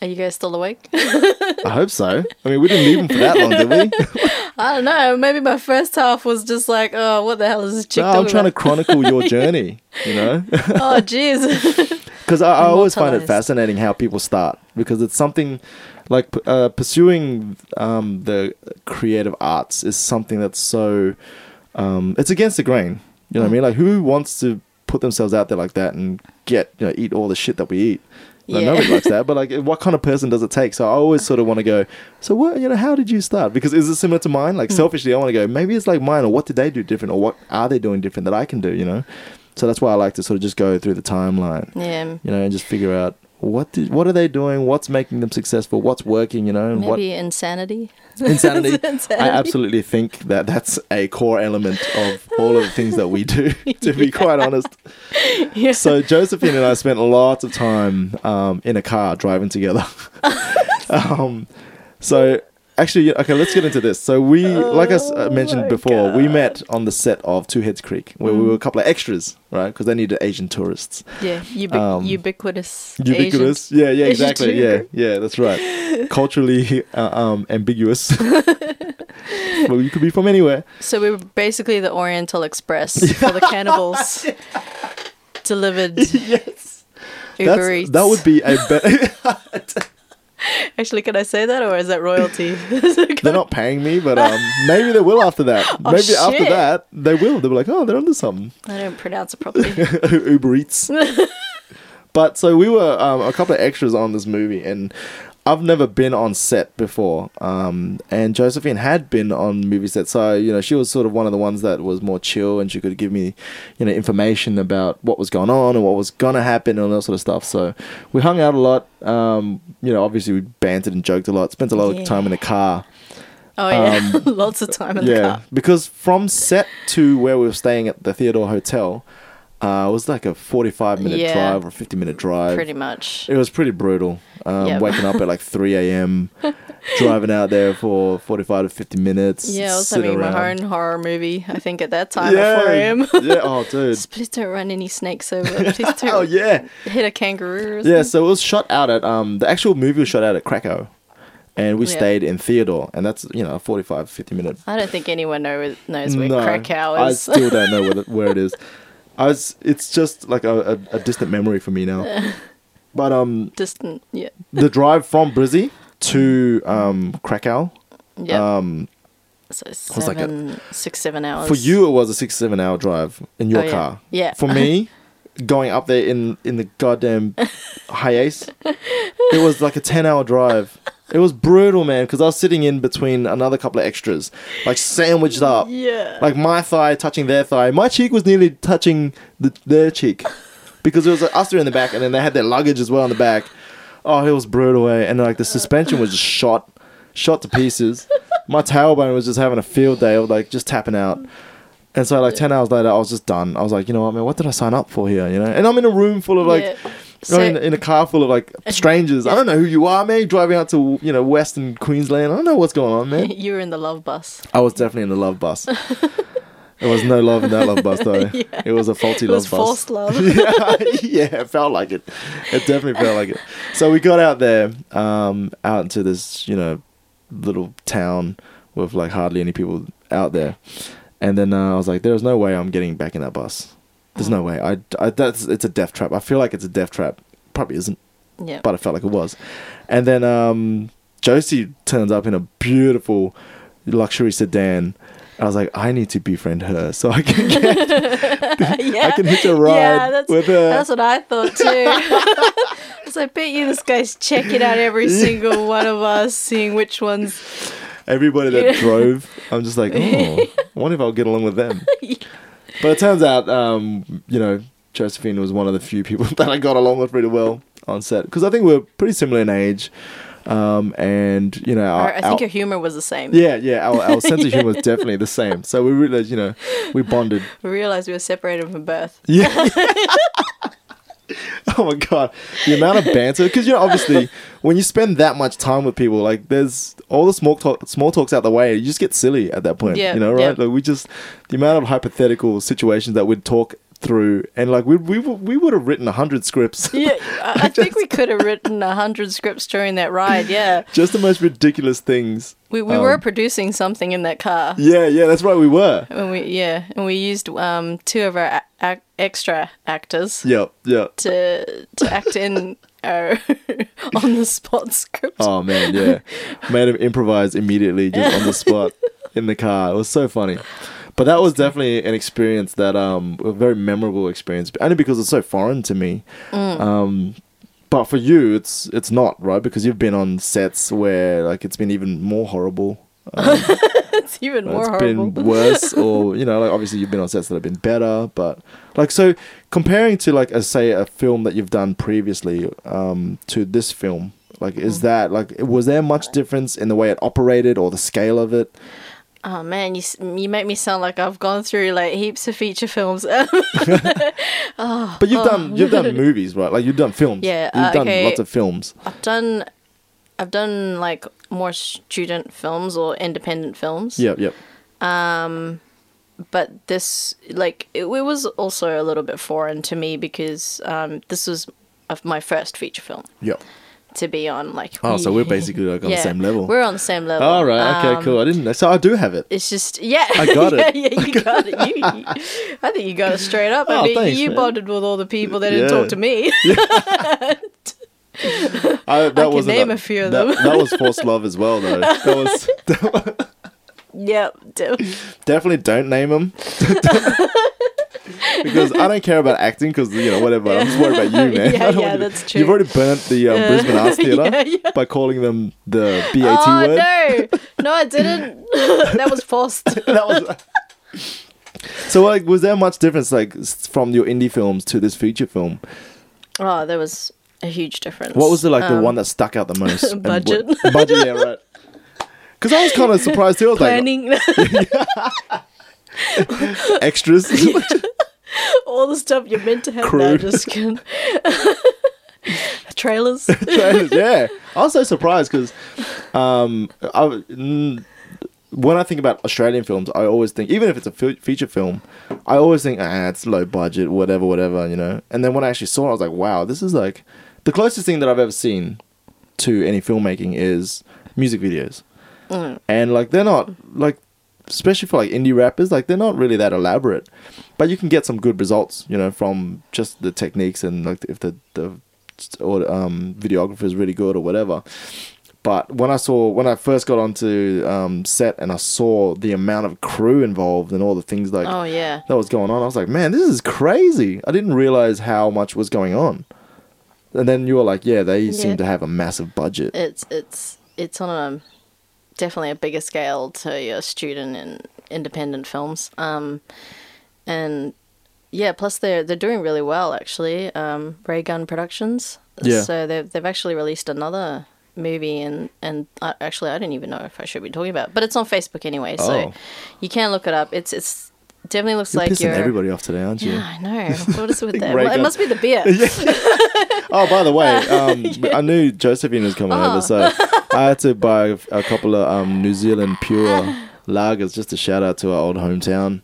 Are you guys still awake? I hope so. I mean, we didn't leave him for that long, did we? I don't know. Maybe my first half was just like, oh, what the hell is this chick No, I'm talking trying to about? chronicle your journey, you know? oh, jeez. Because I, I always find it Immortalized. fascinating how people start because it's something like p- uh, pursuing um, the creative arts is something that's so um, it's against the grain. You know Mm. what I mean? Like who wants to put themselves out there like that and get you know eat all the shit that we eat? Like, Yeah. Nobody likes that. But like, eh, what kind of person does it take? So I always sort of want to go. So what you know? How did you start? Because is it similar to mine? Mm. Like selfishly, I want to go. Maybe it's like mine, or what did they do different, or what are they doing different that I can do? You know. So that's why I like to sort of just go through the timeline yeah. you know, and just figure out what did, what are they doing, what's making them successful, what's working, you know, and Maybe insanity. what insanity. I Insanity. absolutely think that that's a core element of all of the things that we do. To be quite honest, Yeah. so Josephine and I spent lots of time um, in a car driving together. um, so actually, okay, let's get into this. So we, like I s- Oh uh, mentioned before, we met on the set of Two Heads Creek, where Mm. we were a couple of extras, right? Because they needed Asian tourists. yeah. Ubi- um, ubiquitous. Asian- ubiquitous. Yeah, yeah, Asian exactly. Yeah, sugar. yeah, that's right. Culturally uh, um, ambiguous. well, you could be from anywhere. So we were basically the Oriental Express for the cannibals. Delivered. Yes. Uber That's, Eats. that would be a better. Actually, can I say that or is that royalty? they're not paying me, but um, maybe they will after that. maybe after Oh, shit. that, they will. They'll be like, oh, they're onto something. I don't pronounce it properly. Uber Eats. but so we were um, a couple of extras on this movie, and I've never been on set before. Um, and Josephine had been on movie sets, so you know she was sort of one of the ones that was more chill, and she could give me, you know, information about what was going on and what was gonna happen and all that sort of stuff. So we hung out a lot. Um, you know, obviously we bantered and joked a lot, spent a lot Yeah. of time in the car Oh, yeah. Um, Lots of time in the car. because from set to where we were staying at the Theodore Hotel, uh, it was like a 45 minute Yeah. drive or 50 minute drive. Pretty much. It was pretty brutal. Um, Yeah. Waking up at like 3 a.m., driving out there for 45 to 50 minutes. Yeah, I was sitting having my around. own horror movie, I think, at that time Yeah. at 4 a.m. yeah. Oh, dude. Please don't run any snakes over. Please don't Oh, yeah. hit a kangaroo or something. Yeah, so it was shot out at um the actual movie was shot out at Krakow. and we Yeah. stayed in Theodore, and that's you know a 45, 50 minute I don't think anyone know, knows where No, Krakow is. I still don't know where, the, where it is. I was, it's just like a, a, a distant memory for me now. But um, Distant, yeah, the drive from Brizzy to um, Krakow yeah. Um, so was like a- seven, six, seven hours for you it was a six seven hour drive in your Oh, yeah. car. Yeah. For me, going up there in in the goddamn hiace, it was like a ten hour drive. It was brutal, man, because I was sitting in between another couple of extras, like sandwiched up. Yeah. Like my thigh touching their thigh. My cheek was nearly touching the, their cheek because it was like, us three in the back, and then they had their luggage as well in the back. Oh, it was brutal, eh? And like the suspension was just shot, shot to pieces. My tailbone was just having a field day, of like just tapping out. And so like ten hours later, I was just done. I was like, you know what, man, what did I sign up for here? You know, and I'm in a room full of like. Yeah. I'm in, So- in a car full of like strangers. I don't know who you are, man. You're Driving out to you know Western Queensland. I don't know what's going on, man. you were in the love bus. I was definitely in the love bus. there was no love in that love bus though. It was a faulty It was love bus. forced love. yeah, yeah, it felt like it. It definitely felt like it. So we got out there, um, out into this, you know, little town with like hardly any people out there. And then uh, I was like, there's no way I'm getting back in that bus. There's no way. I, I that's it's a death trap. I feel like it's a death trap. Probably isn't yeah. but it felt like it was. And then um, Josie turns up in a beautiful luxury sedan. I was like, I need to befriend her so I can get, yeah. I can hitch a ride yeah, that's, with her. that's what I thought too. so I bet you this guy's checking out every single one of us, seeing which ones. Everybody that Yeah. drove, I'm just like, oh, I wonder if I'll get along with them. But it turns out, um, you know, Josephine was one of the few people that I got along with really well on set because I think we are pretty similar in age, um, and you know, our, I I think our- your humor was the same. Uh, yeah, yeah, our, our sense of humor was definitely the same. So we realized, you know, we bonded We realized we were separated from birth. Yeah. oh my god, the amount of banter because you know obviously when you spend that much time with people, like there's all the small talk, small talks out the way, you just get silly at that point. Yeah, you know, right? yeah. Like we just the amount of hypothetical situations that we'd talk through, and like we we w- we would have written a hundred scripts. Yeah, I, I think we could have written a hundred scripts during that ride. Yeah, Just the most ridiculous things. we, we were producing something in that car. Um, Yeah, yeah, that's right. We were. And we yeah, and we used um two of our a- ac- extra actors Yep, yep. to to act in our on the spot script. Oh man, yeah. Made him improvise immediately just on the spot in the car. It was so funny. But that was definitely an experience that um a very memorable experience. Only because it's so foreign to me. Um but for you it's it's not, right? Because you've been on sets where like it's been even more horrible. It's even It's more horrible. been worse or you know, like obviously you've been on sets that have been better, but like so comparing to like a say a film that you've done previously um to this film, like is Mm-hmm. that like was there much difference in the way it operated or the scale of it? Oh man, you s- you make me sound like I've gone through like heaps of feature films. But you've done you've done movies, right? Like you've done films. Oh. Yeah, You've uh, done okay. lots of films. I've done I've done like more student films or independent films. Yep, yep. but this like it, it was also a little bit foreign to me because um, this was of my first feature film Yep. to be on like Oh, so we're basically like on the Yeah, same level. we're on the same level All right, okay, Um, cool. I didn't know. So I do have it. it's just yeah I got yeah, it. yeah you got it you, you- i think you got it straight up Oh, i mean thanks, you man. bonded with all the people that didn't Yeah. talk to me I, that can wasn't name that- a few of that- them. that was forced love as well, though. That was yeah d- definitely don't name him because I don't care about acting because you know whatever. I'm just worried about you, man. Yeah, I don't yeah, want you- that's You've true. already burnt the um, Brisbane Arts Theatre yeah, yeah. by calling them the BAT oh word. no no i didn't that was forced that was. So like, was there much difference like s- from your indie films to this feature film? oh there was a huge difference Um, What was the like the one that stuck out the most? And what- budget. budget, yeah, right. Because I was kind of surprised too. I was planning like extras. all the stuff you're meant to have. Crew. No, just kidding. Trailers. trailers. Yeah, I was so surprised because um, I w- n- when I think about Australian films, I always think even if it's a fe- feature film, I always think ah, it's low budget, whatever, whatever, you know. And then when I actually saw it, I was like, wow, this is like the closest thing that I've ever seen to any filmmaking is music videos, and like they're not like especially for like indie rappers like they're not really that elaborate, but you can get some good results you know from just the techniques and like if the the or um, videographer is really good or whatever. But when I saw when I first got onto um, set and I saw the amount of crew involved and all the things like Oh, yeah. that was going on. I was like, man, this is crazy. I didn't realize how much was going on. And then you were like, yeah, they seem to have a massive budget. It's it's it's on a definitely a bigger scale to your student and independent films. Um, and yeah, plus they're they're doing really well actually. Um, Ray Gun Productions. Yeah. So they've they've actually released another movie and and I, actually I don't even know if I should be talking about, it, but it's on Facebook anyway, so Oh. you can look it up. It's it's definitely looks You're like pissing you're. everybody off today, aren't you? Yeah, I know. What is with that? Ray Well, it Gun- must be the beer. Oh, by the way, um, I knew Josephine was coming over, so Oh. I had to buy a- a couple of um, New Zealand pure lagers. Just a shout out to our old hometown.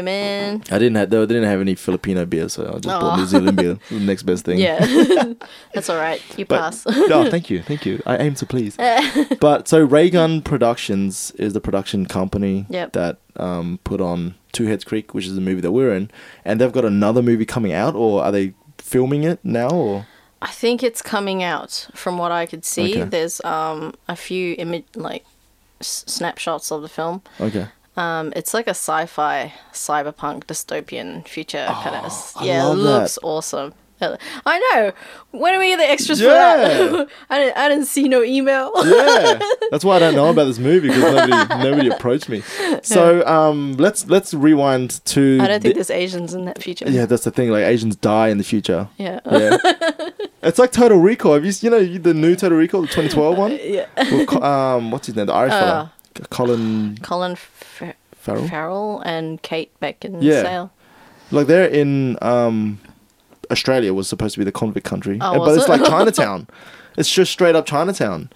man. I didn't have, they didn't have any Filipino beer, so I just bought New Zealand beer. The next best thing. Yeah, that's all right. You But, pass. no, thank you, thank you. I aim to please. but so Raygun Productions is the production company Yep. that um, put on Two Heads Creek, which is the movie that we're in, and they've got another movie coming out, or are they filming it now? Or I think it's coming out from what I could see. Okay. There's um a few image like s- snapshots of the film. okay, Um, it's like a sci-fi, cyberpunk, dystopian future kind of. Oh, I Yeah, it love that. looks awesome. Uh, I know. When are we getting the extras for Yeah. that? I didn't. I didn't see no email. yeah, that's why I don't know about this movie because nobody nobody approached me. So um, let's let's rewind to. I don't think the- there's Asians in that future. yeah, that's the thing. Like Asians die in the future. Yeah. Yeah. it's like Total Recall. Have you seen, you know, the new Total Recall, the 2012 one? yeah. With Co- um, what's his name? The Irish fella. C- Colin Colin Fa- Farrell. Farrell and Kate Beckinsale. Yeah. like they're in um, Australia was supposed to be the convict country, Oh, And- but was it's it? like Chinatown. it's just straight up Chinatown.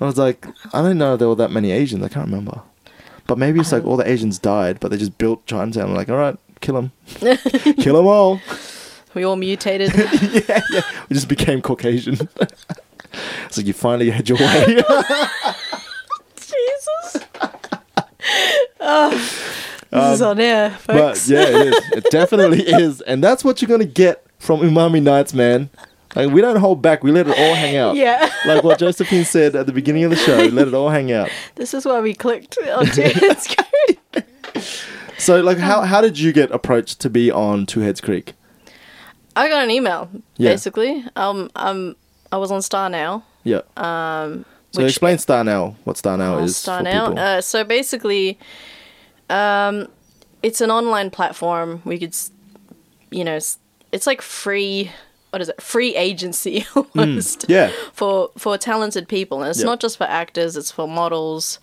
I was like, I don't know there were that many Asians. I can't remember, but maybe it's like all the Asians died, but they just built Chinatown. I'm like, all right, kill them, kill them all. We all mutated. yeah, yeah. We just became Caucasian. it's like you finally had your way. Jesus. oh, this is on air, Um, But folks. yeah, it is. It definitely is. And that's what you're gonna get from Umami Nights, man. Like we don't hold back. We let it all hang out. Yeah. Like what Josephine said at the beginning of the show, let it all hang out. this is why we clicked on Jared's code. So like how how did you get approached to be on Two Heads Creek? I got an email, Yeah. basically. Um, um, I was on Star Now. Yeah. Um So which- explain Star Now, what Star Now on is. Star Oh, for Now. people. Uh, so basically, um, it's an online platform. We could, s- you know, s- it's like free. What is it? Free agency almost. Hmm. yeah. for for talented people, and it's Yep. not just for actors; it's for models,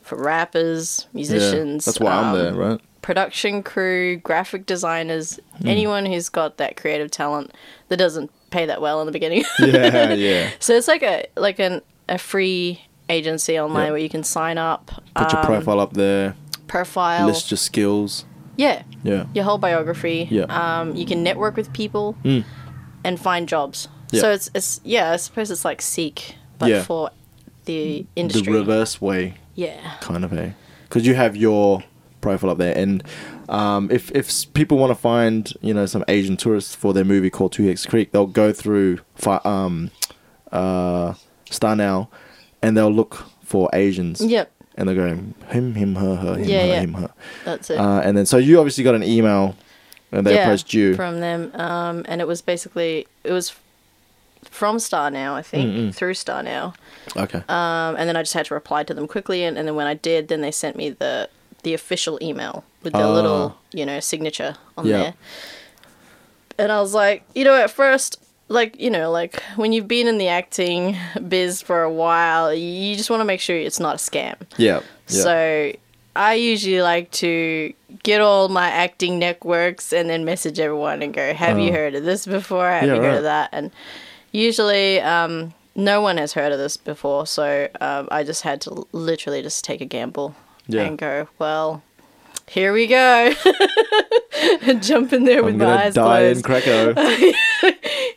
for rappers, yeah. musicians. That's why I'm um, there, right? Hmm. Production crew, graphic designers, anyone who's got that creative talent that doesn't pay that well in the beginning. Yeah, yeah. so it's like a like an a free agency online Yep. where you can sign up, Put your um, profile up there, profile, list your skills. yeah, Yeah. your whole biography. Yeah. Mm. Um, you can network with people and find jobs. Yeah. So it's it's yeah, I suppose it's like seek, but Yeah. for the The industry. reverse way Yeah. kind of a because you have your profile up there and um, if if s- people want to find you know some asian tourists for their movie called two Hex creek they'll go through fi- um uh star now and they'll look for asians Yep. and they're going him him her her him Yeah, her yeah. him her That's it. uh, and then so you obviously got an email and they yeah, approached you from them, um, and it was basically it was from Star Now, I think, through Star Now, okay um, and then I just had to reply to them quickly, and, and then when I did, then they sent me the the official email with their Ah. little you know signature on Yeah. there, and I was like, you know, at first. Like you know, like when you've been in the acting biz for a while, you just want to make sure it's not a scam. yeah, yeah. So I usually like to get all my acting networks and then message everyone and go, "Have you heard of this before? Have Oh. Yeah, you heard right. of that?" And usually, um, no one has heard of this before, so um, I just had to literally just take a gamble Yeah. and go, "Well." Here we go. and jump in there with i'm my gonna eyes die closed. in krakow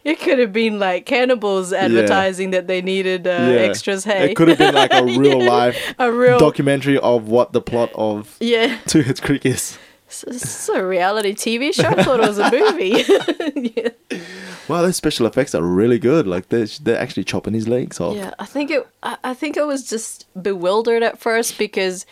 It could have been like cannibals advertising that they needed uh, extras. Hey, It could have been like a real Yeah. life a real documentary of what the plot of yeah. Two Heads Creek is. It's, it's a reality TV show. I thought it was a movie. yeah. Wow, those special effects are really good. Like they're they're actually chopping his legs off. Yeah, I think it. I, I think I was just bewildered at first because,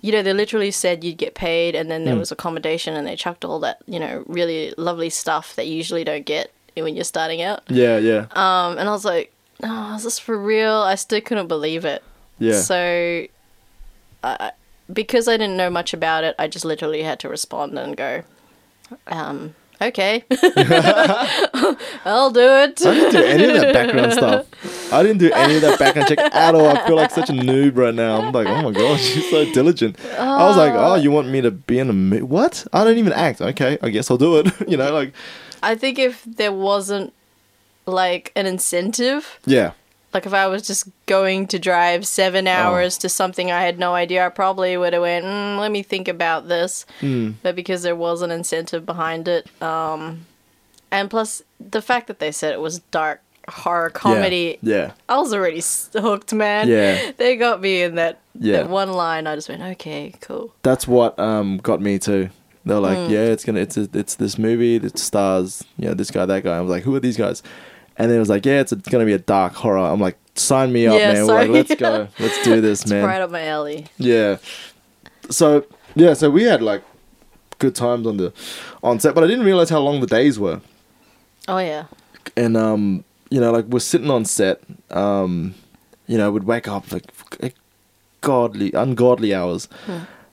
you know, they literally said you'd get paid, and then there was accommodation, and they chucked all that, you know, really lovely stuff that you usually don't get when you're starting out. Yeah, yeah, Um, and I was like, oh, is this for real? I still couldn't believe it. yeah. So, I I- because I didn't know much about it, I just literally had to respond and go, um, okay, I'll do it. I didn't do any of that background stuff. I didn't do any of that background check at all. I feel like such a noob right now. I'm like, oh my gosh, she's so diligent. I was like, oh, you want me to be in a mo- what? I don't even act. Okay, I guess I'll do it. you know, like I think if there wasn't like an incentive, yeah, like if I was just going to drive seven Oh. hours to something I had no idea, I probably would have went, mm, let me think about this. Hmm. But because there was an incentive behind it, um, and plus the fact that they said it was dark horror comedy, Yeah, I was already s- hooked, man. Yeah. They got me in that, Yeah. that one line. I just went, okay, cool. that's what um got me too. They're like, yeah, it's gonna, it's a, it's this movie that stars, you know, this guy, that guy. I was like, who are these guys? And then it was like, yeah, it's, a, it's gonna be a dark horror. I'm like, sign me up, Yeah, man. We're like, sorry. let's go, let's do this, man. Right up my alley. Yeah. So yeah, so we had like good times on the on set, but I didn't realize how long the days were. Oh, yeah. And um, you know, like we're sitting on set, um, you know, we'd wake up like f- godly, ungodly hours.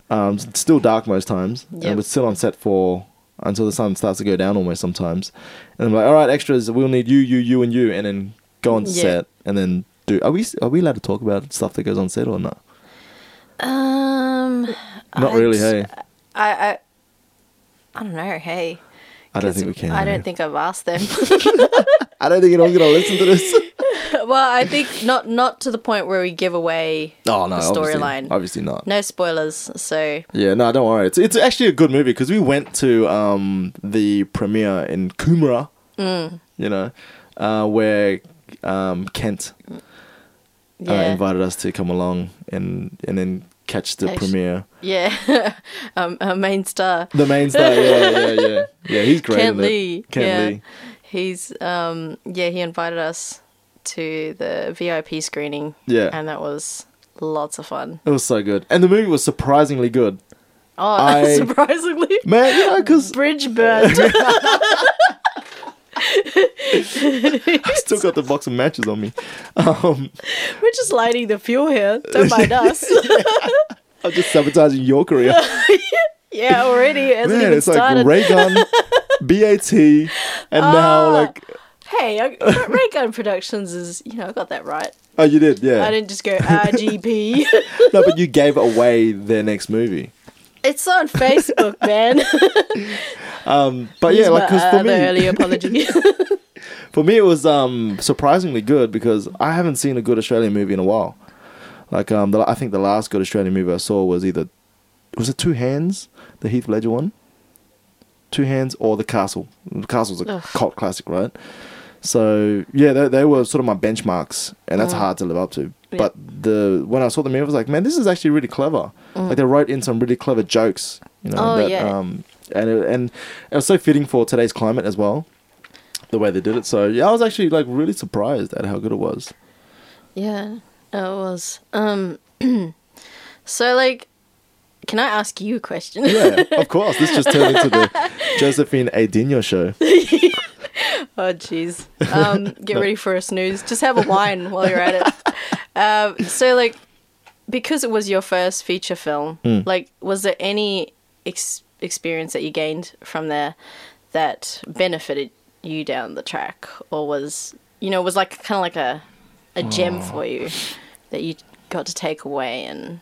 Um, it's still dark most times, Hmm. Yep. and we'd sit on set for until the sun starts to go down almost sometimes. And I'm like, all right, extras, we'll need you, you, you, and you, and then go on Yeah. set and then do. Are we are we allowed to talk about stuff that goes on set or not? Um, Not I uh, really. d- Hey, I, I, I don't know. Hey, I don't 'Cause think we can. eh? I no. don't think I've asked them. I don't think anyone's gonna listen to this. well, I think not not to the point where we give away Oh no, the obviously- storyline. Obviously not. No spoilers. So Yeah, no, don't worry. It's it's actually a good movie because we went to um the premiere in Coomera, you know, uh, where um Kent yeah, uh, invited us to come along and and then catch the Actually- premiere. yeah, um, our main star The main star, yeah, yeah, yeah, yeah. He's great. Kent in it. Lee. Kent yeah, Lee. he's um yeah he invited us to the VIP screening. Yeah. and that was lots of fun. It was so good, and the movie was surprisingly good. Oh, I- surprisingly, Man, you know, because bridge burned. I still got the box of matches on me. Um, We're just lighting the fuel here. Don't mind us. I'm just sabotaging your career. yeah, already it hasn't Man, even it's like started. ray gun, BAT, and now like hey, I, Ray Gun Productions is you know I got that right. oh, you did, I yeah. didn't just go RGP. No, but you gave away their next movie. it's on Facebook, man. Um, But Oh, yeah, like 'cause for other early me, apology. for me it was um surprisingly good because I haven't seen a good Australian movie in a while. Like um, the, I think the last good Australian movie I saw was either was it Two Hands, the Heath Ledger one, Two Hands or The Castle. The Castle's a Ugh. cult classic, right? So yeah, they, they were sort of my benchmarks, and that's hard to live up to. Mm. Yeah. But the when I saw the movie, I was like, man, this is actually really clever. Like they wrote in some really clever jokes, you know. Mm. Oh, that, yeah. Um, and it, and it was so fitting for today's climate as well, the way they did it. So yeah, I was actually like really surprised at how good it was. yeah, it was. Um, so like, can I ask you a question? Yeah, of course. This just turned into the Josephine Adinho show. Oh jeez. Um, get ready for a snooze. Just have a wine while you're at it. Um, so like, because it was your first feature film, Hmm. like, was there any ex- experience that you gained from there that benefited you down the track, or was you know was like kind of like a a Oh. gem for you that you got to take away and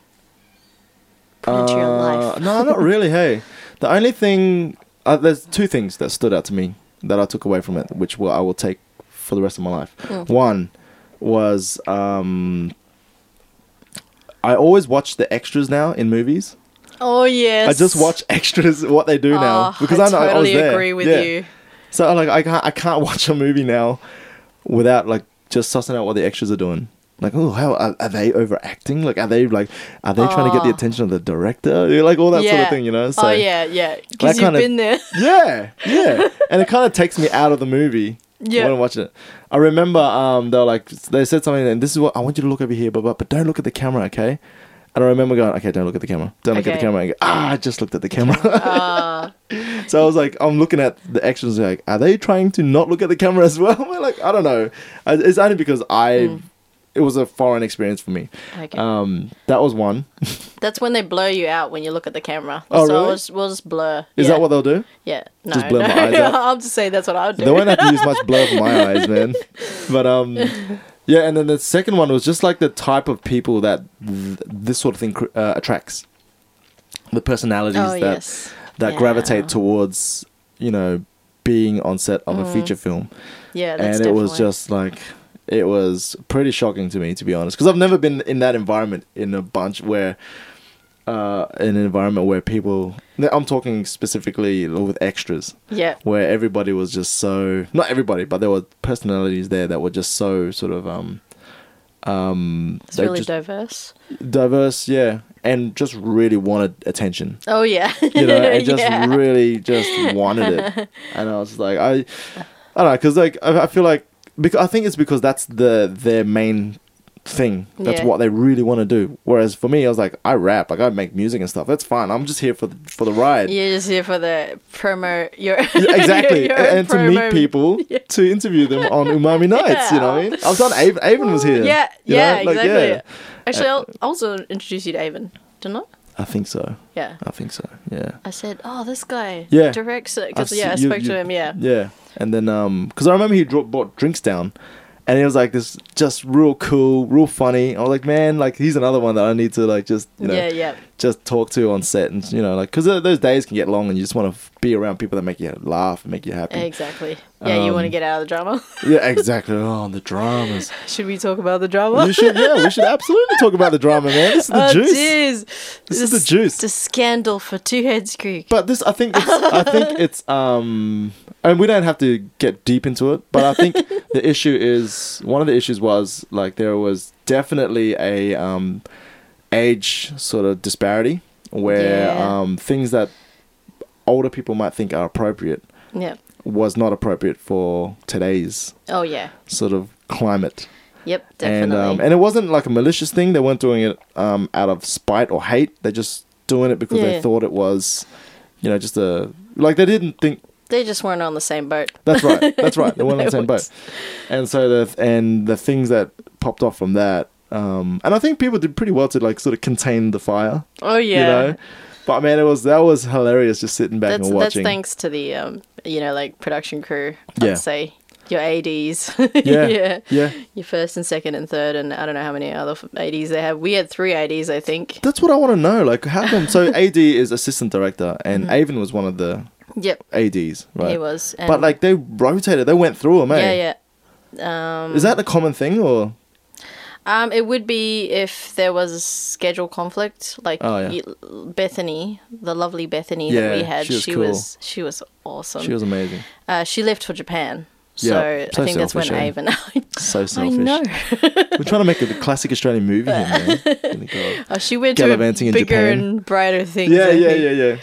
put into your Uh, life? no, not really. Hey, the only thing uh, there's two things that stood out to me that I took away from it, which will, I will take for the rest of my life. Mm. One was um, I always watch the extras now in movies. Oh yes. I just watch extras what they do now Oh, because I, know I was totally there. agree with Yeah. you. So like I can't I can't watch a movie now without like just sussing out what the extras are doing. Like oh how are, are they overacting? Like are they like are they trying to get the attention of the director? Like all that sort of thing, you know. So Ah. oh yeah, yeah. that Because you've kinda- been there. yeah, yeah. And it kind of takes me out of the movie. Yeah. When I'm watching it. I remember um, they were like, they said something, and this is what I want you to look over here, but, but, but don't look at the camera, okay? And I remember going, okay, don't look at the camera. Don't look at the Okay. Ah. camera. And I go, ah, I just looked at the camera. so I was like, I'm looking at the actions, like, are they trying to not look at the camera as well? We're like, I don't know. I- It's only because I, it was a foreign experience for me. Mm. Okay. Um, that was one. That's when they blur you out when you look at the camera. Oh, so really? we'll just, we'll just blur. Is yeah. that what they'll do? Yeah. No. Just blur no. my eyes out? I'll just say that's what I would do. They won't have to use much blur for my eyes, man. But um, yeah. And then the second one was just like the type of people that th- this sort of thing cr- uh, attracts, the personalities Oh, that yes. that Yeah. gravitate towards you know being on set of a feature film. Mm. Yeah. That's and it was definitely- just like it was pretty shocking to me to be honest because I've never been in that environment in a bunch where. Uh, in an environment where people, I'm talking specifically with extras, Yeah. where everybody was just so not everybody, but there were personalities there that were just so sort of um um It's they really just diverse. diverse, yeah, and just really wanted attention. Oh yeah. You know, and just yeah. really just wanted it. And I was just like, I, I don't know, because like I, I feel like because I think it's because that's the their main thing. That's Yeah. what they really want to do. Whereas for me, I was like, I rap, like I make music and stuff. That's fine. I'm just here for the, for the ride. You're just here for the promo. Your Yeah, exactly, your and, and to meet promo- people to interview them on Umami Nights. You know what I mean? I've done. Avon, Avon was here. Yeah, you know, yeah, like, exactly. yeah. Uh, Actually, I'll also introduce you to Avon, didn't I? I think so. Yeah. I think so. Yeah. I said, oh, this guy Yeah. directs it. I've Because, yeah, I seen- you- spoke you- to him, yeah. Yeah, and then um, because I remember he dro- brought drinks down, and he was like this just real cool, real funny. I was like, man, like he's another one that I need to like just you know Yeah, yeah. just talk to on set and you know like because those days can get long and you just want to be around people that make you laugh and make you happy. Exactly. Yeah, you Um, want to get out of the drama. yeah, exactly. Oh, the dramas. should we talk about the drama? You should, yeah, we should absolutely talk about the drama, man. This is the oh, juice. jeez. This is the juice. The scandal for Two Heads Creek. But this, I think, it's, I think it's, um, and we don't have to get deep into it. But I think the issue is one of the issues was like there was definitely a um, age sort of disparity where Yeah. um, things that older people might think are appropriate yeah. was not appropriate for today's Oh, yeah. sort of climate. Yep, definitely. And um, and it wasn't like a malicious thing. They weren't doing it um, out of spite or hate. They're just doing it because they Yeah. thought it was, you know, just a like they didn't think. they just weren't on the same boat. That's right. That's right. They weren't on the They same boat. And so the and the things that popped off from that. Um, and I think people did pretty well to like sort of contain the fire. Oh, yeah. You know. But man, it was that was hilarious just sitting back that's, and that's watching. thanks to the, um, you know, like production crew, I'd Yeah. say. Your ADs. yeah, yeah. yeah. Your first and second and third, and I don't know how many other f- ADs they have. We had three ADs, I think. That's what I want to know. Like, how come? So AD is assistant director, and Avon was one of the Yep. ads, right? Mm-hmm. He was. And but like they rotated, they went through them, eh? yeah, yeah. Um, Is that a common thing or? um, it would be if there was a schedule conflict, like Oh, yeah. y- Bethany, the lovely Bethany that we Yeah, had. she She was was, she cool. was, awesome. She was amazing. uh, she left for Japan, so Yeah, so I think that's when selfish, eh? Avon. So I selfish. know. We're trying to make a classic Australian movie here, man. Really good. Oh, she went to Gallivanting in bigger Japan. and brighter things. yeah, I yeah, think. yeah, yeah.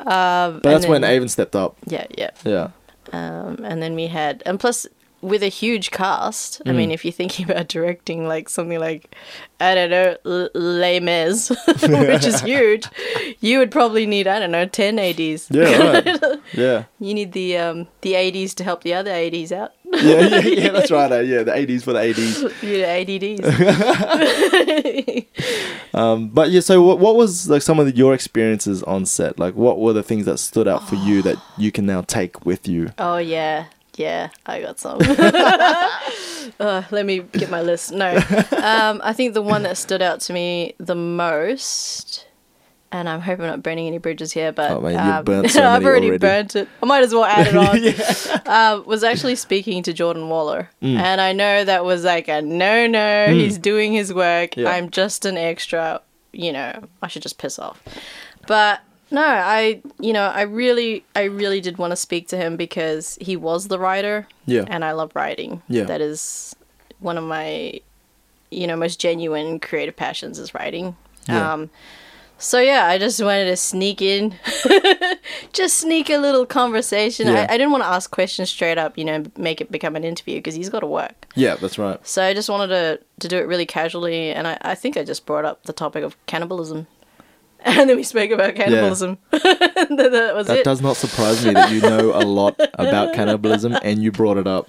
Um, But that's when Avon. Avon stepped up. Yeah, yeah. Yeah. Um, and then we had, and plus with a huge cast. I Mm. mean, if you're thinking about directing like something like, I don't know, L- Les Mis, which is huge, you would probably need I don't know ten ADs. Yeah, right. yeah. You need the um the ADs to help the other ADs out. Yeah, yeah, yeah, that's right. eh? Yeah, the 80s for the 80s. you know, ADDs. Um, but yeah, so what, what was like some of the, your experiences on set? Like, what were the things that stood out for you that you can now take with you? oh yeah. Yeah, I got some. uh, let me get my list. No, um, I think the one that stood out to me the most, and I'm hoping I'm not burning any bridges here, but Oh, man, you've um, burnt so I've many already, already. burnt it. I might as well add it on. uh, was actually speaking to Jordan Waller, Mm. and I know that was like a no, no. He's doing his work. Yeah. I'm just an extra. You know, I should just piss off. But No, I you know, I really I really did want to speak to him because he was the writer. Yeah. And I love writing. Yeah. That is one of my you know, most genuine creative passions is writing. Yeah. Um so yeah, I just wanted to sneak in, just sneak a little conversation. Yeah. I, I didn't want to ask questions straight up, you know, make it become an interview because he's got to work. Yeah, that's right. So I just wanted to, to do it really casually, and I, I think I just brought up the topic of cannibalism. And then we spoke about cannibalism. And then that was That it. does not surprise me that you know a lot about cannibalism and you brought it up.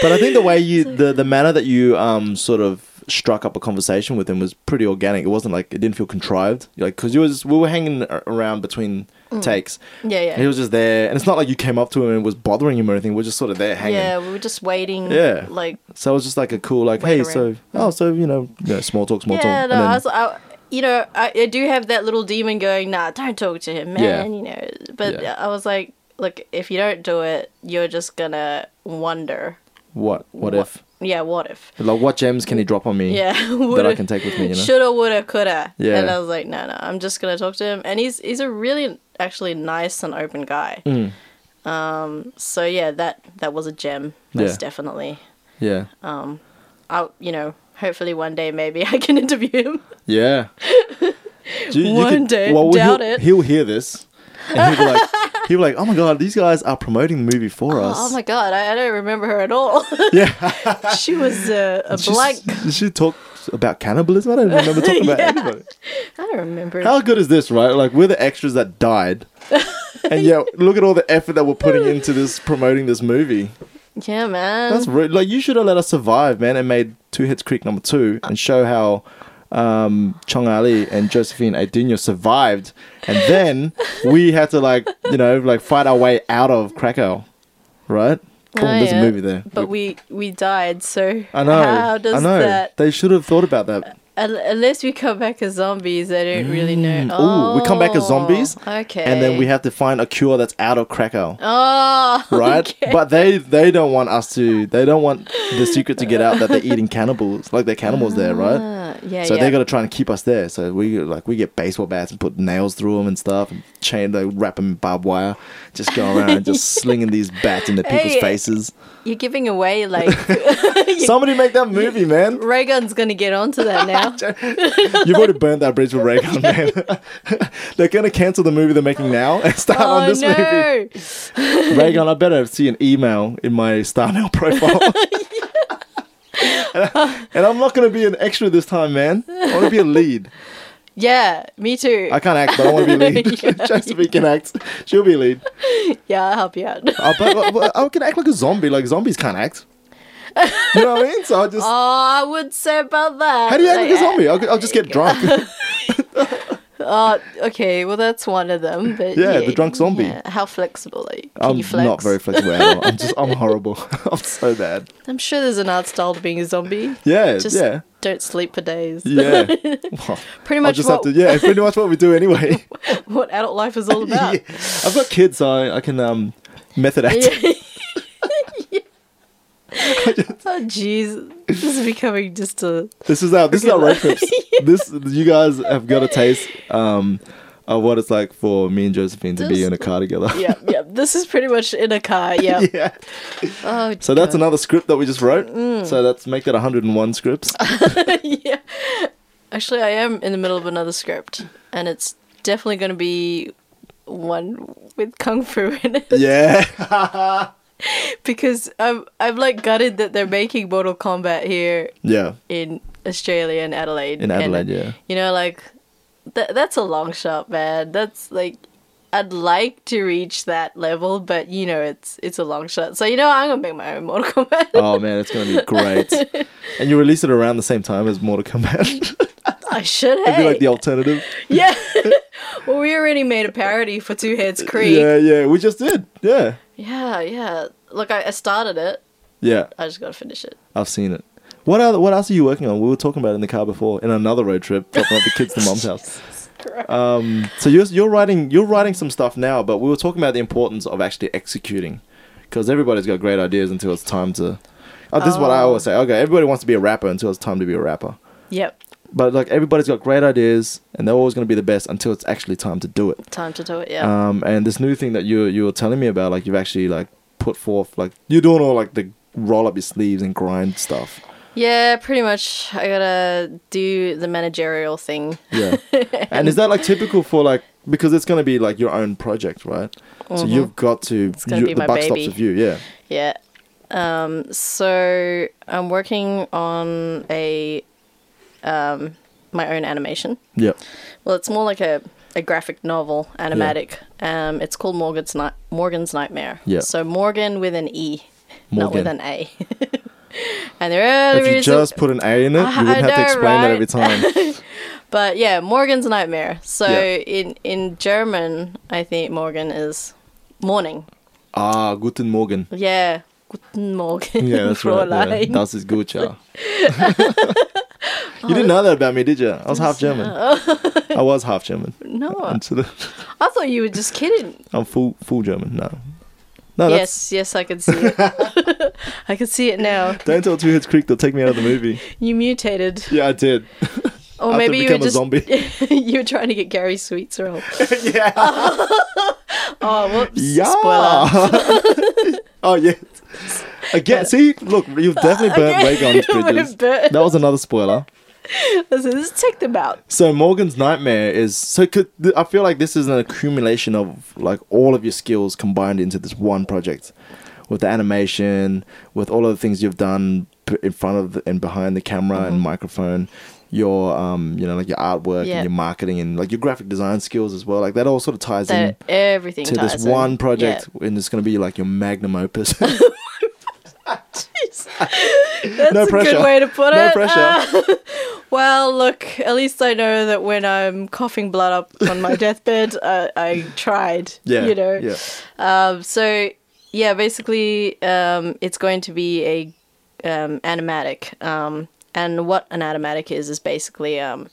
But I think the way you, the, the manner that you um, sort of struck up a conversation with him was pretty organic. It wasn't like, it didn't feel contrived. Like, because you was, we were hanging a- around between takes. Mm. Yeah, yeah. And he was just there. And it's not like you came up to him and was bothering him or anything. We are just sort of there hanging. yeah, we were just waiting. Yeah. Like, So it was just like a cool, like, Wait hey, around. so, oh, so, you know, you know, small talk, small talk. yeah, And no, then- I was, I, you know, I, I do have that little demon going, nah, don't talk to him, man, Yeah. you know. But Yeah. I was like, look, if you don't do it, you're just gonna wonder. what? What, if? Yeah, what if? Like, what gems can he drop on me Yeah, that I woulda- can take with me, you know? Shoulda, woulda, coulda. Yeah. And I was like, no, no, I'm just gonna talk to him. And he's he's a really actually nice and open guy. Mm. Um. So yeah, that that was a gem, most Yeah. definitely. Yeah. I you know hopefully one day maybe I can interview him. Yeah. Do you- you One day, well, doubt he'll, it. He'll hear this, and he'll be like, he'll be like, "Oh my god, these guys are promoting the movie for us." Oh my god, I, I don't remember her at all. Yeah. she was uh, a She's- blank. She talked about cannibalism. I don't remember talking about Yeah. anybody. I don't remember. How good is this, right? Like we're the extras that died, and yeah, look at all the effort that we're putting into this promoting this movie. Yeah, man. That's rude. like you should have let us survive, man, and made Two Hits Creek number two, and show how um, Chong Ali and Josephine Adinho survived, and then we had to like you know like fight our way out of Krakow, right? Come on, Oh, there's yeah. a movie there. But we we died, so I know. how does I know. that? They should have thought about that. Un- unless we come back as zombies, I don't really know. Mm. Ooh, we come back as zombies, Oh, Okay. and then we have to find a cure that's out of Krakow. Oh, Right, okay. but they they don't want us to. They don't want the secret to get out that they're eating cannibals, like they're cannibals there, right? Ah, yeah, So yeah. they're gonna try and keep us there. So we like we get baseball bats and put nails through them and stuff, and chain they wrap them in barbed wire, just go around and just slinging these bats into people's Hey. faces. You're giving away like Somebody make that movie, man. Raygun's gonna get onto that now. You've already burned that bridge with Raycon, man. they're gonna cancel the movie they're making now and start on oh this movie. no! Raycon, I better see an email in my StarNow profile. and I'm not gonna be an extra this time, man. I wanna be a lead. Yeah, me too. I can't act, but I want to be a lead. Josephine can act. She'll be a lead. yeah, I'll help you out. Uh, but, but I can act like a zombie. Like zombies can't act. You know what I mean? So I'll just. Oh, I would say about that. how do you act like a Like, zombie? I'll, I'll just get drunk. uh, okay, well that's one of them. But Yeah, the drunk zombie. yeah. How flexible are you? Can I'm you flex? not very flexible at all. I'm just. I'm horrible. I'm so bad. I'm sure there's an art style to being a zombie. Yeah. Just yeah. don't sleep for days. Yeah. Well, Pretty I'll much just what, have to. Yeah. Pretty much what we do anyway. what adult life is all about. Yeah. I've got kids, so I, I can um method act. Oh jeez, this is becoming just a This is our this is our road trips. This you guys have got a taste um of what it's like for me and Josephine to be Just- in a car together. yeah yeah. This is pretty much in a car. Yeah. yeah. Oh. So that's another script that we just wrote. So that's make that 101 scripts. yeah. Actually, I am in the middle of another script, and it's definitely going to be one with kung fu in it yeah. because I'm I'm like gutted that they're making Mortal Kombat here Yeah. in Australia and Adelaide. In and, Adelaide, yeah. You know, like th- that's a long shot, man. That's like I'd like to reach that level, but you know, it's it's a long shot. So you know, I'm gonna make my own Mortal Kombat. Oh man, it's gonna be great. and you release it around the same time as Mortal Kombat. I should It'd be have. like the alternative. yeah. well, we already made a parody for Two Heads Creek. Yeah, yeah. We just did. Yeah. Yeah, yeah. Look, I, I started it. Yeah. I just gotta finish it. I've seen it. What other, what else are you working on? We were talking about it in the car before in another road trip, dropping off the kids to mom's house. Um, so you're you're writing you're writing some stuff now, but we were talking about the importance of actually executing, because everybody's got great ideas until it's time to. Oh, this is what I always say. Okay, everybody wants to be a rapper until it's time to be a rapper. Yep. But like everybody's got great ideas, and they're always going to be the best until it's actually time to do it. Time to do it, yeah. Um, and this new thing that you you were telling me about, like you've actually like put forth, like you're doing all like the roll up your sleeves and grind stuff. yeah, pretty much. I gotta do the managerial thing. Yeah. and is that like typical for like because it's going to be like your own project, right? So you've got to Mm-hmm. gonna you- be the my buck stops baby. with you, yeah. Yeah. Um, so I'm working on a um, my own animation. Yeah. Well, it's more like a, a graphic novel, animatic. Um, it's called Morgan's Night Morgan's Nightmare. Yeah. So Morgan with an E, not with Morgan. an A. and there are If you just put an A in it, I- you wouldn't I have to know, explain that right? every time. But yeah, Morgan's Nightmare. So Yeah. in in German, I think Morgan is morning. ah, guten Morgen. Yeah. Guten Morgen, Yeah, that's right. Yeah. Fräulein. Das ist gut, ja. you didn't know that about me, did you? I was half German. I was half German. No, Until the- I thought you were just kidding. I'm full full German. No, no. Oh, That's, Yes, yes, I can see it. I can see it now. don't tell Two Heads Creek. They'll take me out of the movie. You mutated, Yeah, I did. I have or to maybe you were become a just zombie. you were trying to get Gary Sweet's role. yeah. Oh, whoops! Yeah. Spoiler. oh yeah. Uh, Again, see, look, you've definitely burnt way Wagon's bridges. Burnt. That was another spoiler. Listen, let's check them out. So Morgan's nightmare is so. Could, th- I feel like this is an accumulation of like all of your skills combined into this one project, with the animation, with all of the things you've done p- in front of the, and behind the camera and microphone, your um, you know, like your artwork Mm-hmm. Yeah. and your marketing and like your graphic design skills as well. Like that all sort of ties in That everything to this ties in. one project, and it's going to be like your magnum opus. Yeah. That's no a pressure. good way to put it. no pressure. Uh, well, look, at least I know that when I'm coughing blood up on my deathbed, I, I tried. yeah. You know. Yeah. Um, so yeah, basically, um, it's going to be a um, animatic. Um, and what an animatic is is basically um,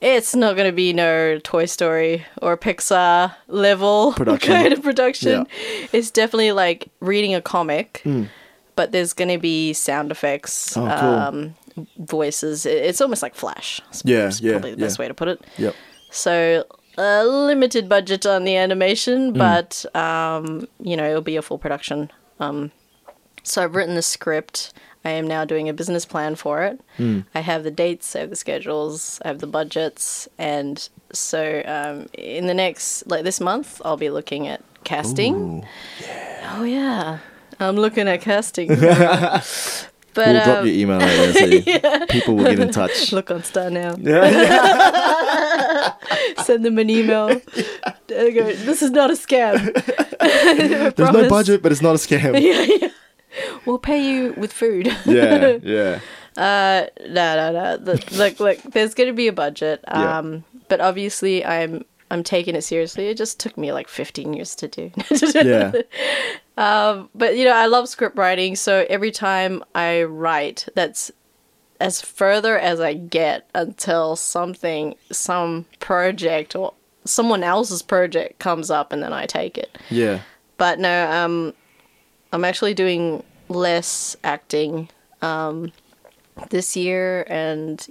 it's not going to be no Toy Story or Pixar level Production. kind of production. It's definitely like reading a comic, but there's going to be sound effects, Hmm. Oh, cool. um, voices. It- It's almost like Flash. It's Yeah, it's yeah, probably the best yeah. way to put it. Yep. So a limited budget on the Hmm. animation, but um, you know it'll be a full production. Um, so I've written the script. I am now doing a business plan for it. Hmm. I have the dates, I have the schedules, I have the budgets, and so um, in the next like this month, I'll be looking at casting. Oh yeah, I'm looking at casting. but we'll drop um, your email later so people will get in touch. look on Star now. Yeah, yeah. Send them an email. They go, this is not a scam. There's no budget, but it's not a scam. yeah, yeah. We'll pay you with food. yeah, yeah. Uh, no, no, no. Th- Look, look. There's gonna be a budget. Yeah. Um, but obviously, I'm I'm taking it seriously. It just took me like 15 years to do. Yeah. But you know, I love script writing. So every time I write, that's as further as I get until something, some project or someone else's project comes up, and then I take it. Yeah. But no, um, I'm actually doing less acting um, this year and,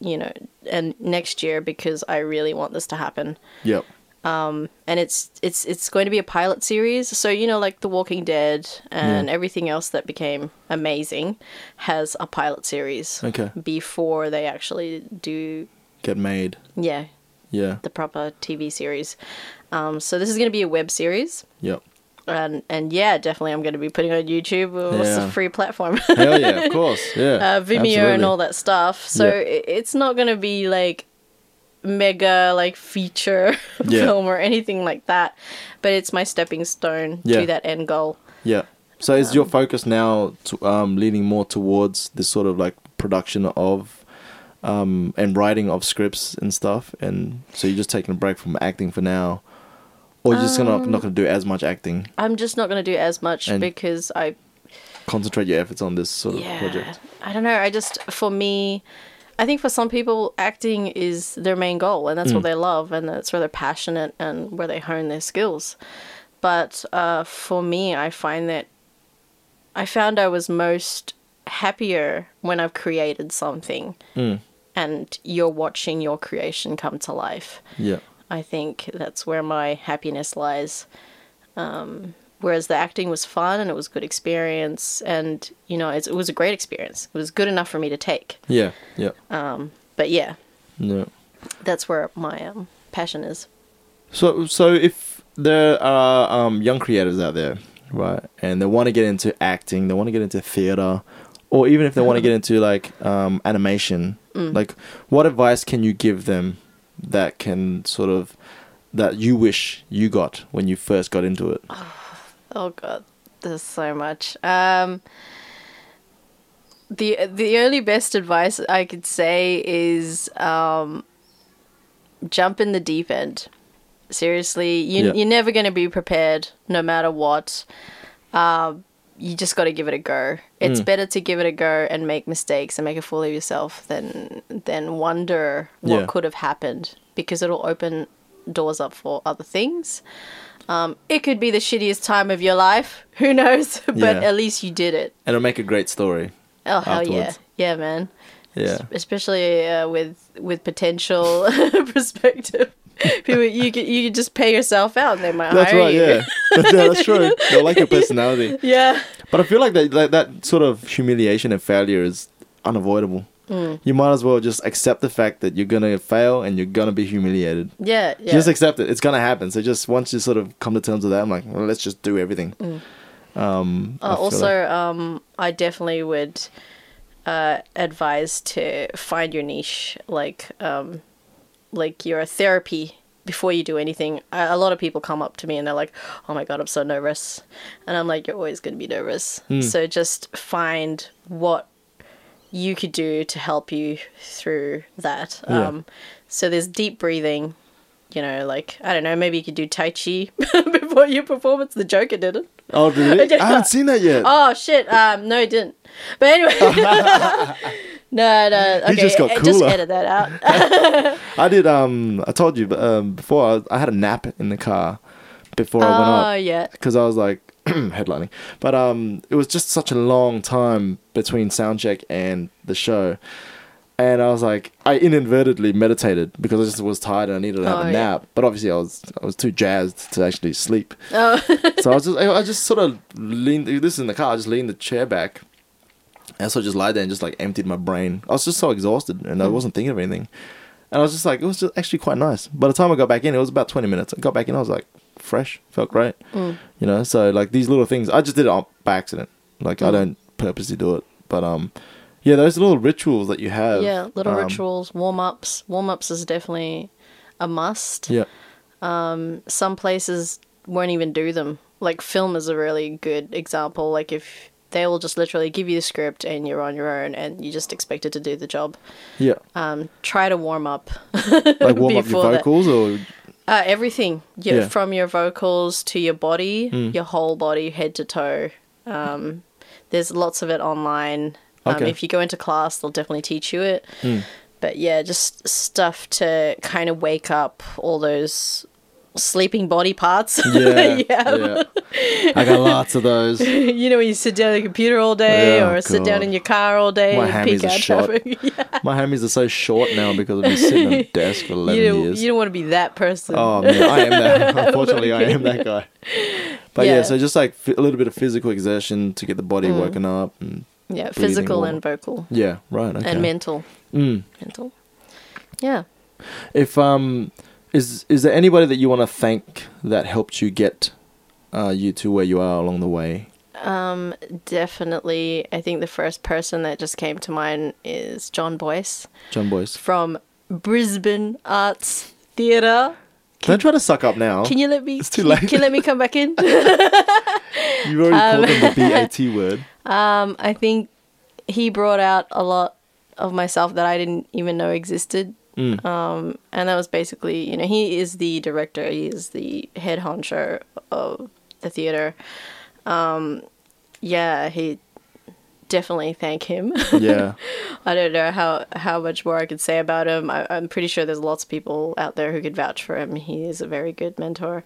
you know, and next year because I really want this to happen. Yep. And it's it's it's going to be a pilot series. So you know, like The Walking Dead and everything else that became amazing has a pilot series Okay. before they actually do Get made. yeah Yeah. the proper TV series. Um, so this is going to be a web series. Yep. and and yeah, definitely, I'm going to be putting on YouTube. Well, It's Yeah. a free platform, Hell yeah, of course. Yeah. uh, Vimeo and all that stuff. So Yeah. i it's not going to be like mega like feature Yeah. film or anything like that. But it's my stepping stone Yeah. to that end goal. Yeah. So is Um, your focus now to, um, leaning more towards this sort of like production of um, and writing of scripts and stuff, and so you're just taking a break from acting for now, or you're just gonna not Um, gonna do as much acting? I'm just not going to do as much And- because I Concentrate your efforts on this sort of yeah project. i don't know i just for me i think for some people acting is their main goal and Hmm. that's what they love and that's where they're passionate and where they hone their skills but uh, for me i find that Hmm. i found i was most happier when i've created something and you're watching your creation come to life. Yeah. I think that's where my happiness lies. Um, whereas the acting was fun and it was a good experience, and you know, it's, it was a great experience. It was good enough for me to take. Yeah. Yeah. Um, But yeah, yeah. that's where my um, passion is. So, so if there are um, young creators out there, right, and they want to get into acting, they want to get into theater, or even if they want to get into like um, animation, Mm. like what advice can you give them that can sort of that you wish you got when you first got into it? Oh god, there's so much. Um, the the only best advice I could say is um, jump in the deep end. Seriously, you Yeah. you're never going to be prepared, no matter what. Um, you just got to give it a go. Hmm. It's better to give it a go and make mistakes and make a fool of yourself than than wonder what Yeah. could have happened because it'll open doors up for other things it could be the shittiest time of your life. Who knows? but Yeah. at least you did it. And it'll make a great story. Oh hell Afterwards. yeah, yeah, man. Yeah. Especially uh, with with potential perspective, people you could you could just pay yourself out and they might That's hire right, you. yeah. yeah. That's true. I like your personality. yeah. But I feel like that, like that sort of humiliation and failure is unavoidable. Mm. You might as well just accept the fact that you're gonna fail and you're gonna be humiliated. Yeah. Yeah. Just accept it; it's gonna happen. So just once you sort of come to terms with that, I'm like, well, let's just do everything. Um, I Uh, feel Mm. also, like- um, I definitely would uh, advise to find your niche, like um, like your therapy before you do anything. A, a lot of people come up to me and they're like, "Oh my god, I'm so nervous," and I'm like, "You're always going to be nervous." Hmm. So just find what you could do to help you through that. Yeah. Um, so there's deep breathing. You know, like I don't know, maybe you could do tai chi before your performance. The Joker did it. oh, really? just I haven't seen that yet. Oh shit! Um, no, it didn't. But anyway, no, no. Okay, He just got e- cooler. edit that out. I did. Um, I told you but, um, before. I, I had a nap in the car before I went up. oh yeah, because I was like headlining, but um, it was just such a long time between soundcheck and the show, and I was like, I inadvertently meditated because I just was tired and I needed to have Oh, a yeah. nap, but obviously I was I was too jazzed to actually sleep, oh. so I was just I I just sort of leaned. This is in the car. I just leaned the chair back. And so I just lied there and just like emptied my brain. I was just so exhausted and I Mm. wasn't thinking of anything. And I was just like, it was just actually quite nice. By the time I got back in, it was about 20 minutes. I got back in, I was like, fresh, felt great. Mm. You know, so like these little things, I just did it on- by accident. Like Mm. I don't purposely do it. But um, yeah, those little rituals that you have. yeah. Little um, rituals, warm ups. Warm ups is definitely a must. Yeah. Some places won't even do them. Like film is a really good example. Like if they will just literally give you the script and you're on your own and you're just expected to do the job. Yeah. Um, try to warm up. Like warm up your before that- vocals or. Uh, everything. Your, Yeah. Mm. From your vocals to your body, your whole body, head to toe. Um, there's lots of it online. Um, Okay. Mm. If you go into class, they'll definitely teach you it. But yeah, just stuff to kind of wake up all those sleeping body parts. Yeah. Yeah. yeah. I got lots of those. you know, when you sit down at the computer all day Yeah, or oh sit down God. in your car all day My and hammies peek are out shot. traffic. yeah. My hammies are so short now because I've been sitting at a desk for 11 You don't, years. you don't want to be that person. Oh man, I am that. Unfortunately, I am that guy. But yeah, Mm. Yeah. so just like f- a little bit of physical exertion to get the body woken up. And, yeah, breathing physical warm. and vocal yeah, right. Okay. Mm. and mental. Mental. Yeah. if um, is is there anybody that you want to thank that helped you get uh, you to where you are along the way? Definitely. I think the first person that just came to mind is John Boyce John Boyce. from Brisbane Arts Theatre. Don't try to suck up now. Can you let me? Oh. It's too can- late. Can you let me come back in? You've already called them the BAT word. um, I think he brought out a lot of myself that I didn't even know existed. Um, and that was basically, you know, he is the director. He is the head honcho of the theatre. Um, yeah, he definitely thank him. Yeah. I don't know how, how much more I could say about him. I, I'm pretty sure there's lots of people out there who could vouch for him. He is a very good mentor.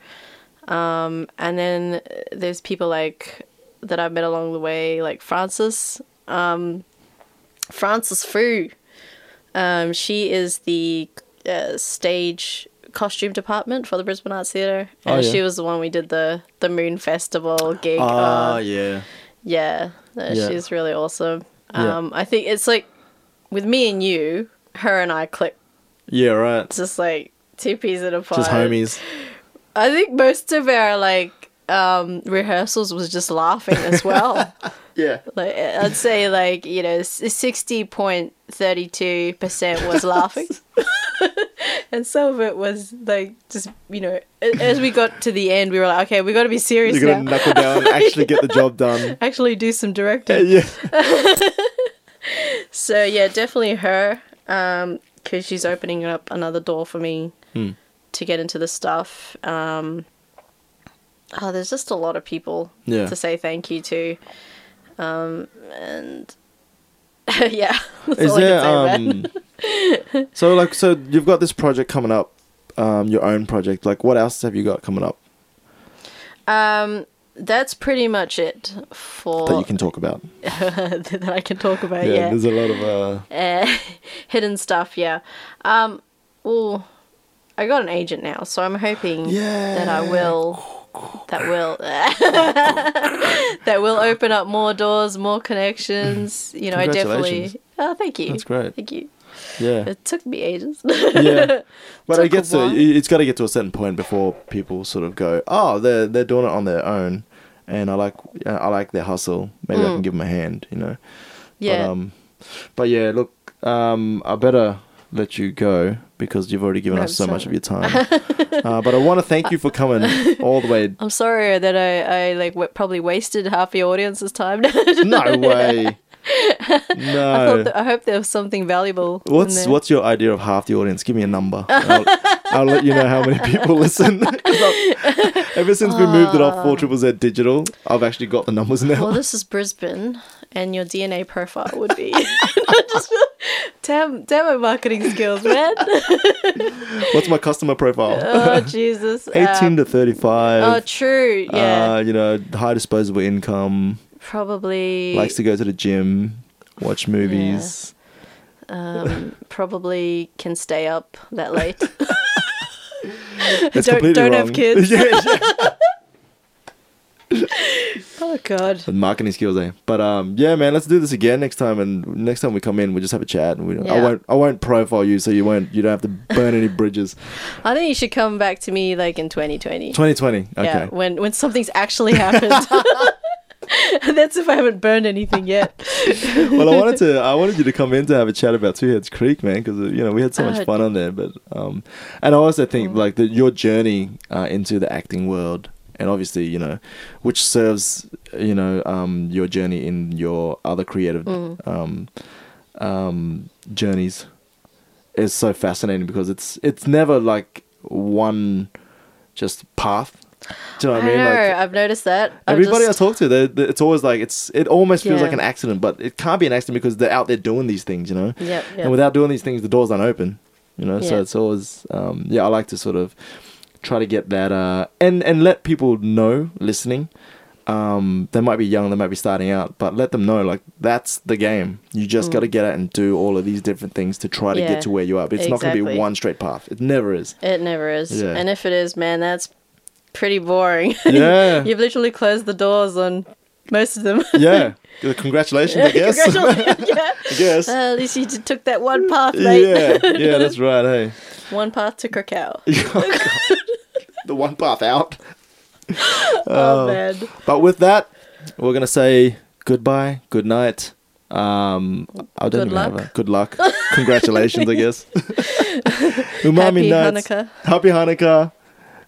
Um, and then uh, there's people like that I've met along the way, like Francis, um, Francis Fu. Um, she is the uh, stage costume department for the Brisbane Arts Theatre, and Oh, yeah. she was the one we did the the Moon Festival gig. Ah, on. yeah. Yeah, no, Yeah. she's really awesome. Yeah. Um, I think it's like with me and you, her and I click Yeah, right. just like two peas in a pod. Just homies. I think most of our like um, rehearsals was just laughing as well. Yeah. like I'd say like you know sixty point thirty two percent was laughing, and some of it was like just you know a- as we got to the end we were like okay we got to be serious You gotta now. knuckle down and actually get the job done. Actually, do some Yeah, directing. yeah. So yeah, definitely her, um, because she's opening up another door for me Hmm. to get into the stuff. Um, oh, there's just a lot of people Yeah. to say thank you to, um, and yeah, that's Is all I there can say, man. um So like so you've got this project coming up, um, your own project. Like what else have you got coming up Um, that's pretty much it for that you can talk about? that I can talk about. yeah, uh, Yeah, there's a lot of uh Uh, hidden stuff. Yeah. Um. Well, I got an agent now, so I'm hoping that I Yeah. will. That will. that will open up more doors, more connections. You know, I definitely. Mm. Congratulations. Oh, thank you. That's great. Thank you. yeah. It took me ages. yeah. But Took I guess a so. while. It's got to get to a certain point before people sort of go, "Oh, they're they're doing it on their own," and I like I like their hustle. Maybe I can give them a hand, you know. Mm. yeah. But, um, but yeah, look, um, I better let you go because you've already given No, us so sorry. much of your time. uh, but I want to thank you for coming all the way. I'm sorry that I, I like w- probably wasted half your audience's time. No way. No. I, thought that, I hope there was something valuable. in What's there. what's your idea of half the audience? Give me a number. and I'll, I'll let you know how many people listen. 'Cause I've- Ever since we moved it off four triple Z digital, I've actually got the numbers now. Ah. Well, this is Brisbane, and your DNA profile would be. Just- damn, damn my marketing skills, man. What's my customer profile? oh, Jesus. Eighteen Um, to thirty-five. oh, true. Yeah. Uh, you know, high disposable income. probably. Likes to go to the gym, watch movies. um, probably can stay up that late. That's Don't- completely don't have wrong. kids. yeah, yeah. oh, God. But marketing skills, eh? But um, yeah, man, let's do this again next time. And next time we come in, we'll just have a chat. And we, I Yeah. won't, I won't profile you, so you won't, you don't have to burn any bridges. I think you should come back to me like in 2020. 2020. Okay. Yeah, when, when something's actually happened. That's if I haven't burned anything yet. well, I wanted to, I wanted you to come in to have a chat about Two Heads Creek, man, because you know we had so much Uh, Oh. fun on there. But um, and I also think like that your journey uh, into the acting world, and obviously you know, which serves you know um your journey in your other creative Mm. um um journeys is so fascinating because it's it's never like one just path. Do you know I what I mean? know. Like, I've noticed that. I'm Everybody just- I talk to, they they- it's always like it's. It almost feels Yeah. like an accident, but it can't be an accident because they're out there doing these things, you know. Yep, yep. And without doing these things, the doors aren't open, you know. So Yeah. it's always, um, yeah. I like to sort of try to get that, uh, and and let people know listening. Um, they might be young, they might be starting out, but let them know like that's the game. You just got to get out and do all of these different things to try to Mm. Yeah, get to where you are. But it's not going to be exactly. one straight path. It never is. It never is. Yeah. And if it is, man, that's pretty boring. Yeah. You've literally closed the doors on most of them. yeah. Congratulations, I guess. Congratulations. yeah. I guess. Uh, at least you just took that one path, mate. yeah, yeah, that's right. Hey. One path to Krakow. the one path out. Oh, man. But with that, we're gonna say goodbye, good night. Um, I don't Good even have luck. a good luck. Congratulations, I guess. Umami Happy nuts. Hanukkah. Happy Hanukkah.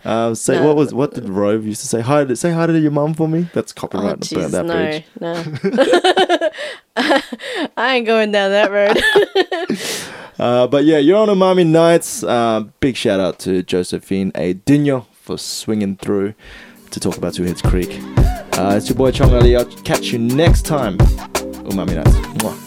Um, say No. what was what did Rove used to say? Hi, to- say hi to your mum for me. That's copyright. Oh, I'll burn jeez, that no, bridge. no. I ain't going down that road. Uh, but yeah, you're on Umami Nights. Uh, big shout out to Josephine A. Dino for swinging through to talk about Two Heads Creek. Uh, it's your boy Chong Ali. I'll catch you next time. Umami Nights. Mwah.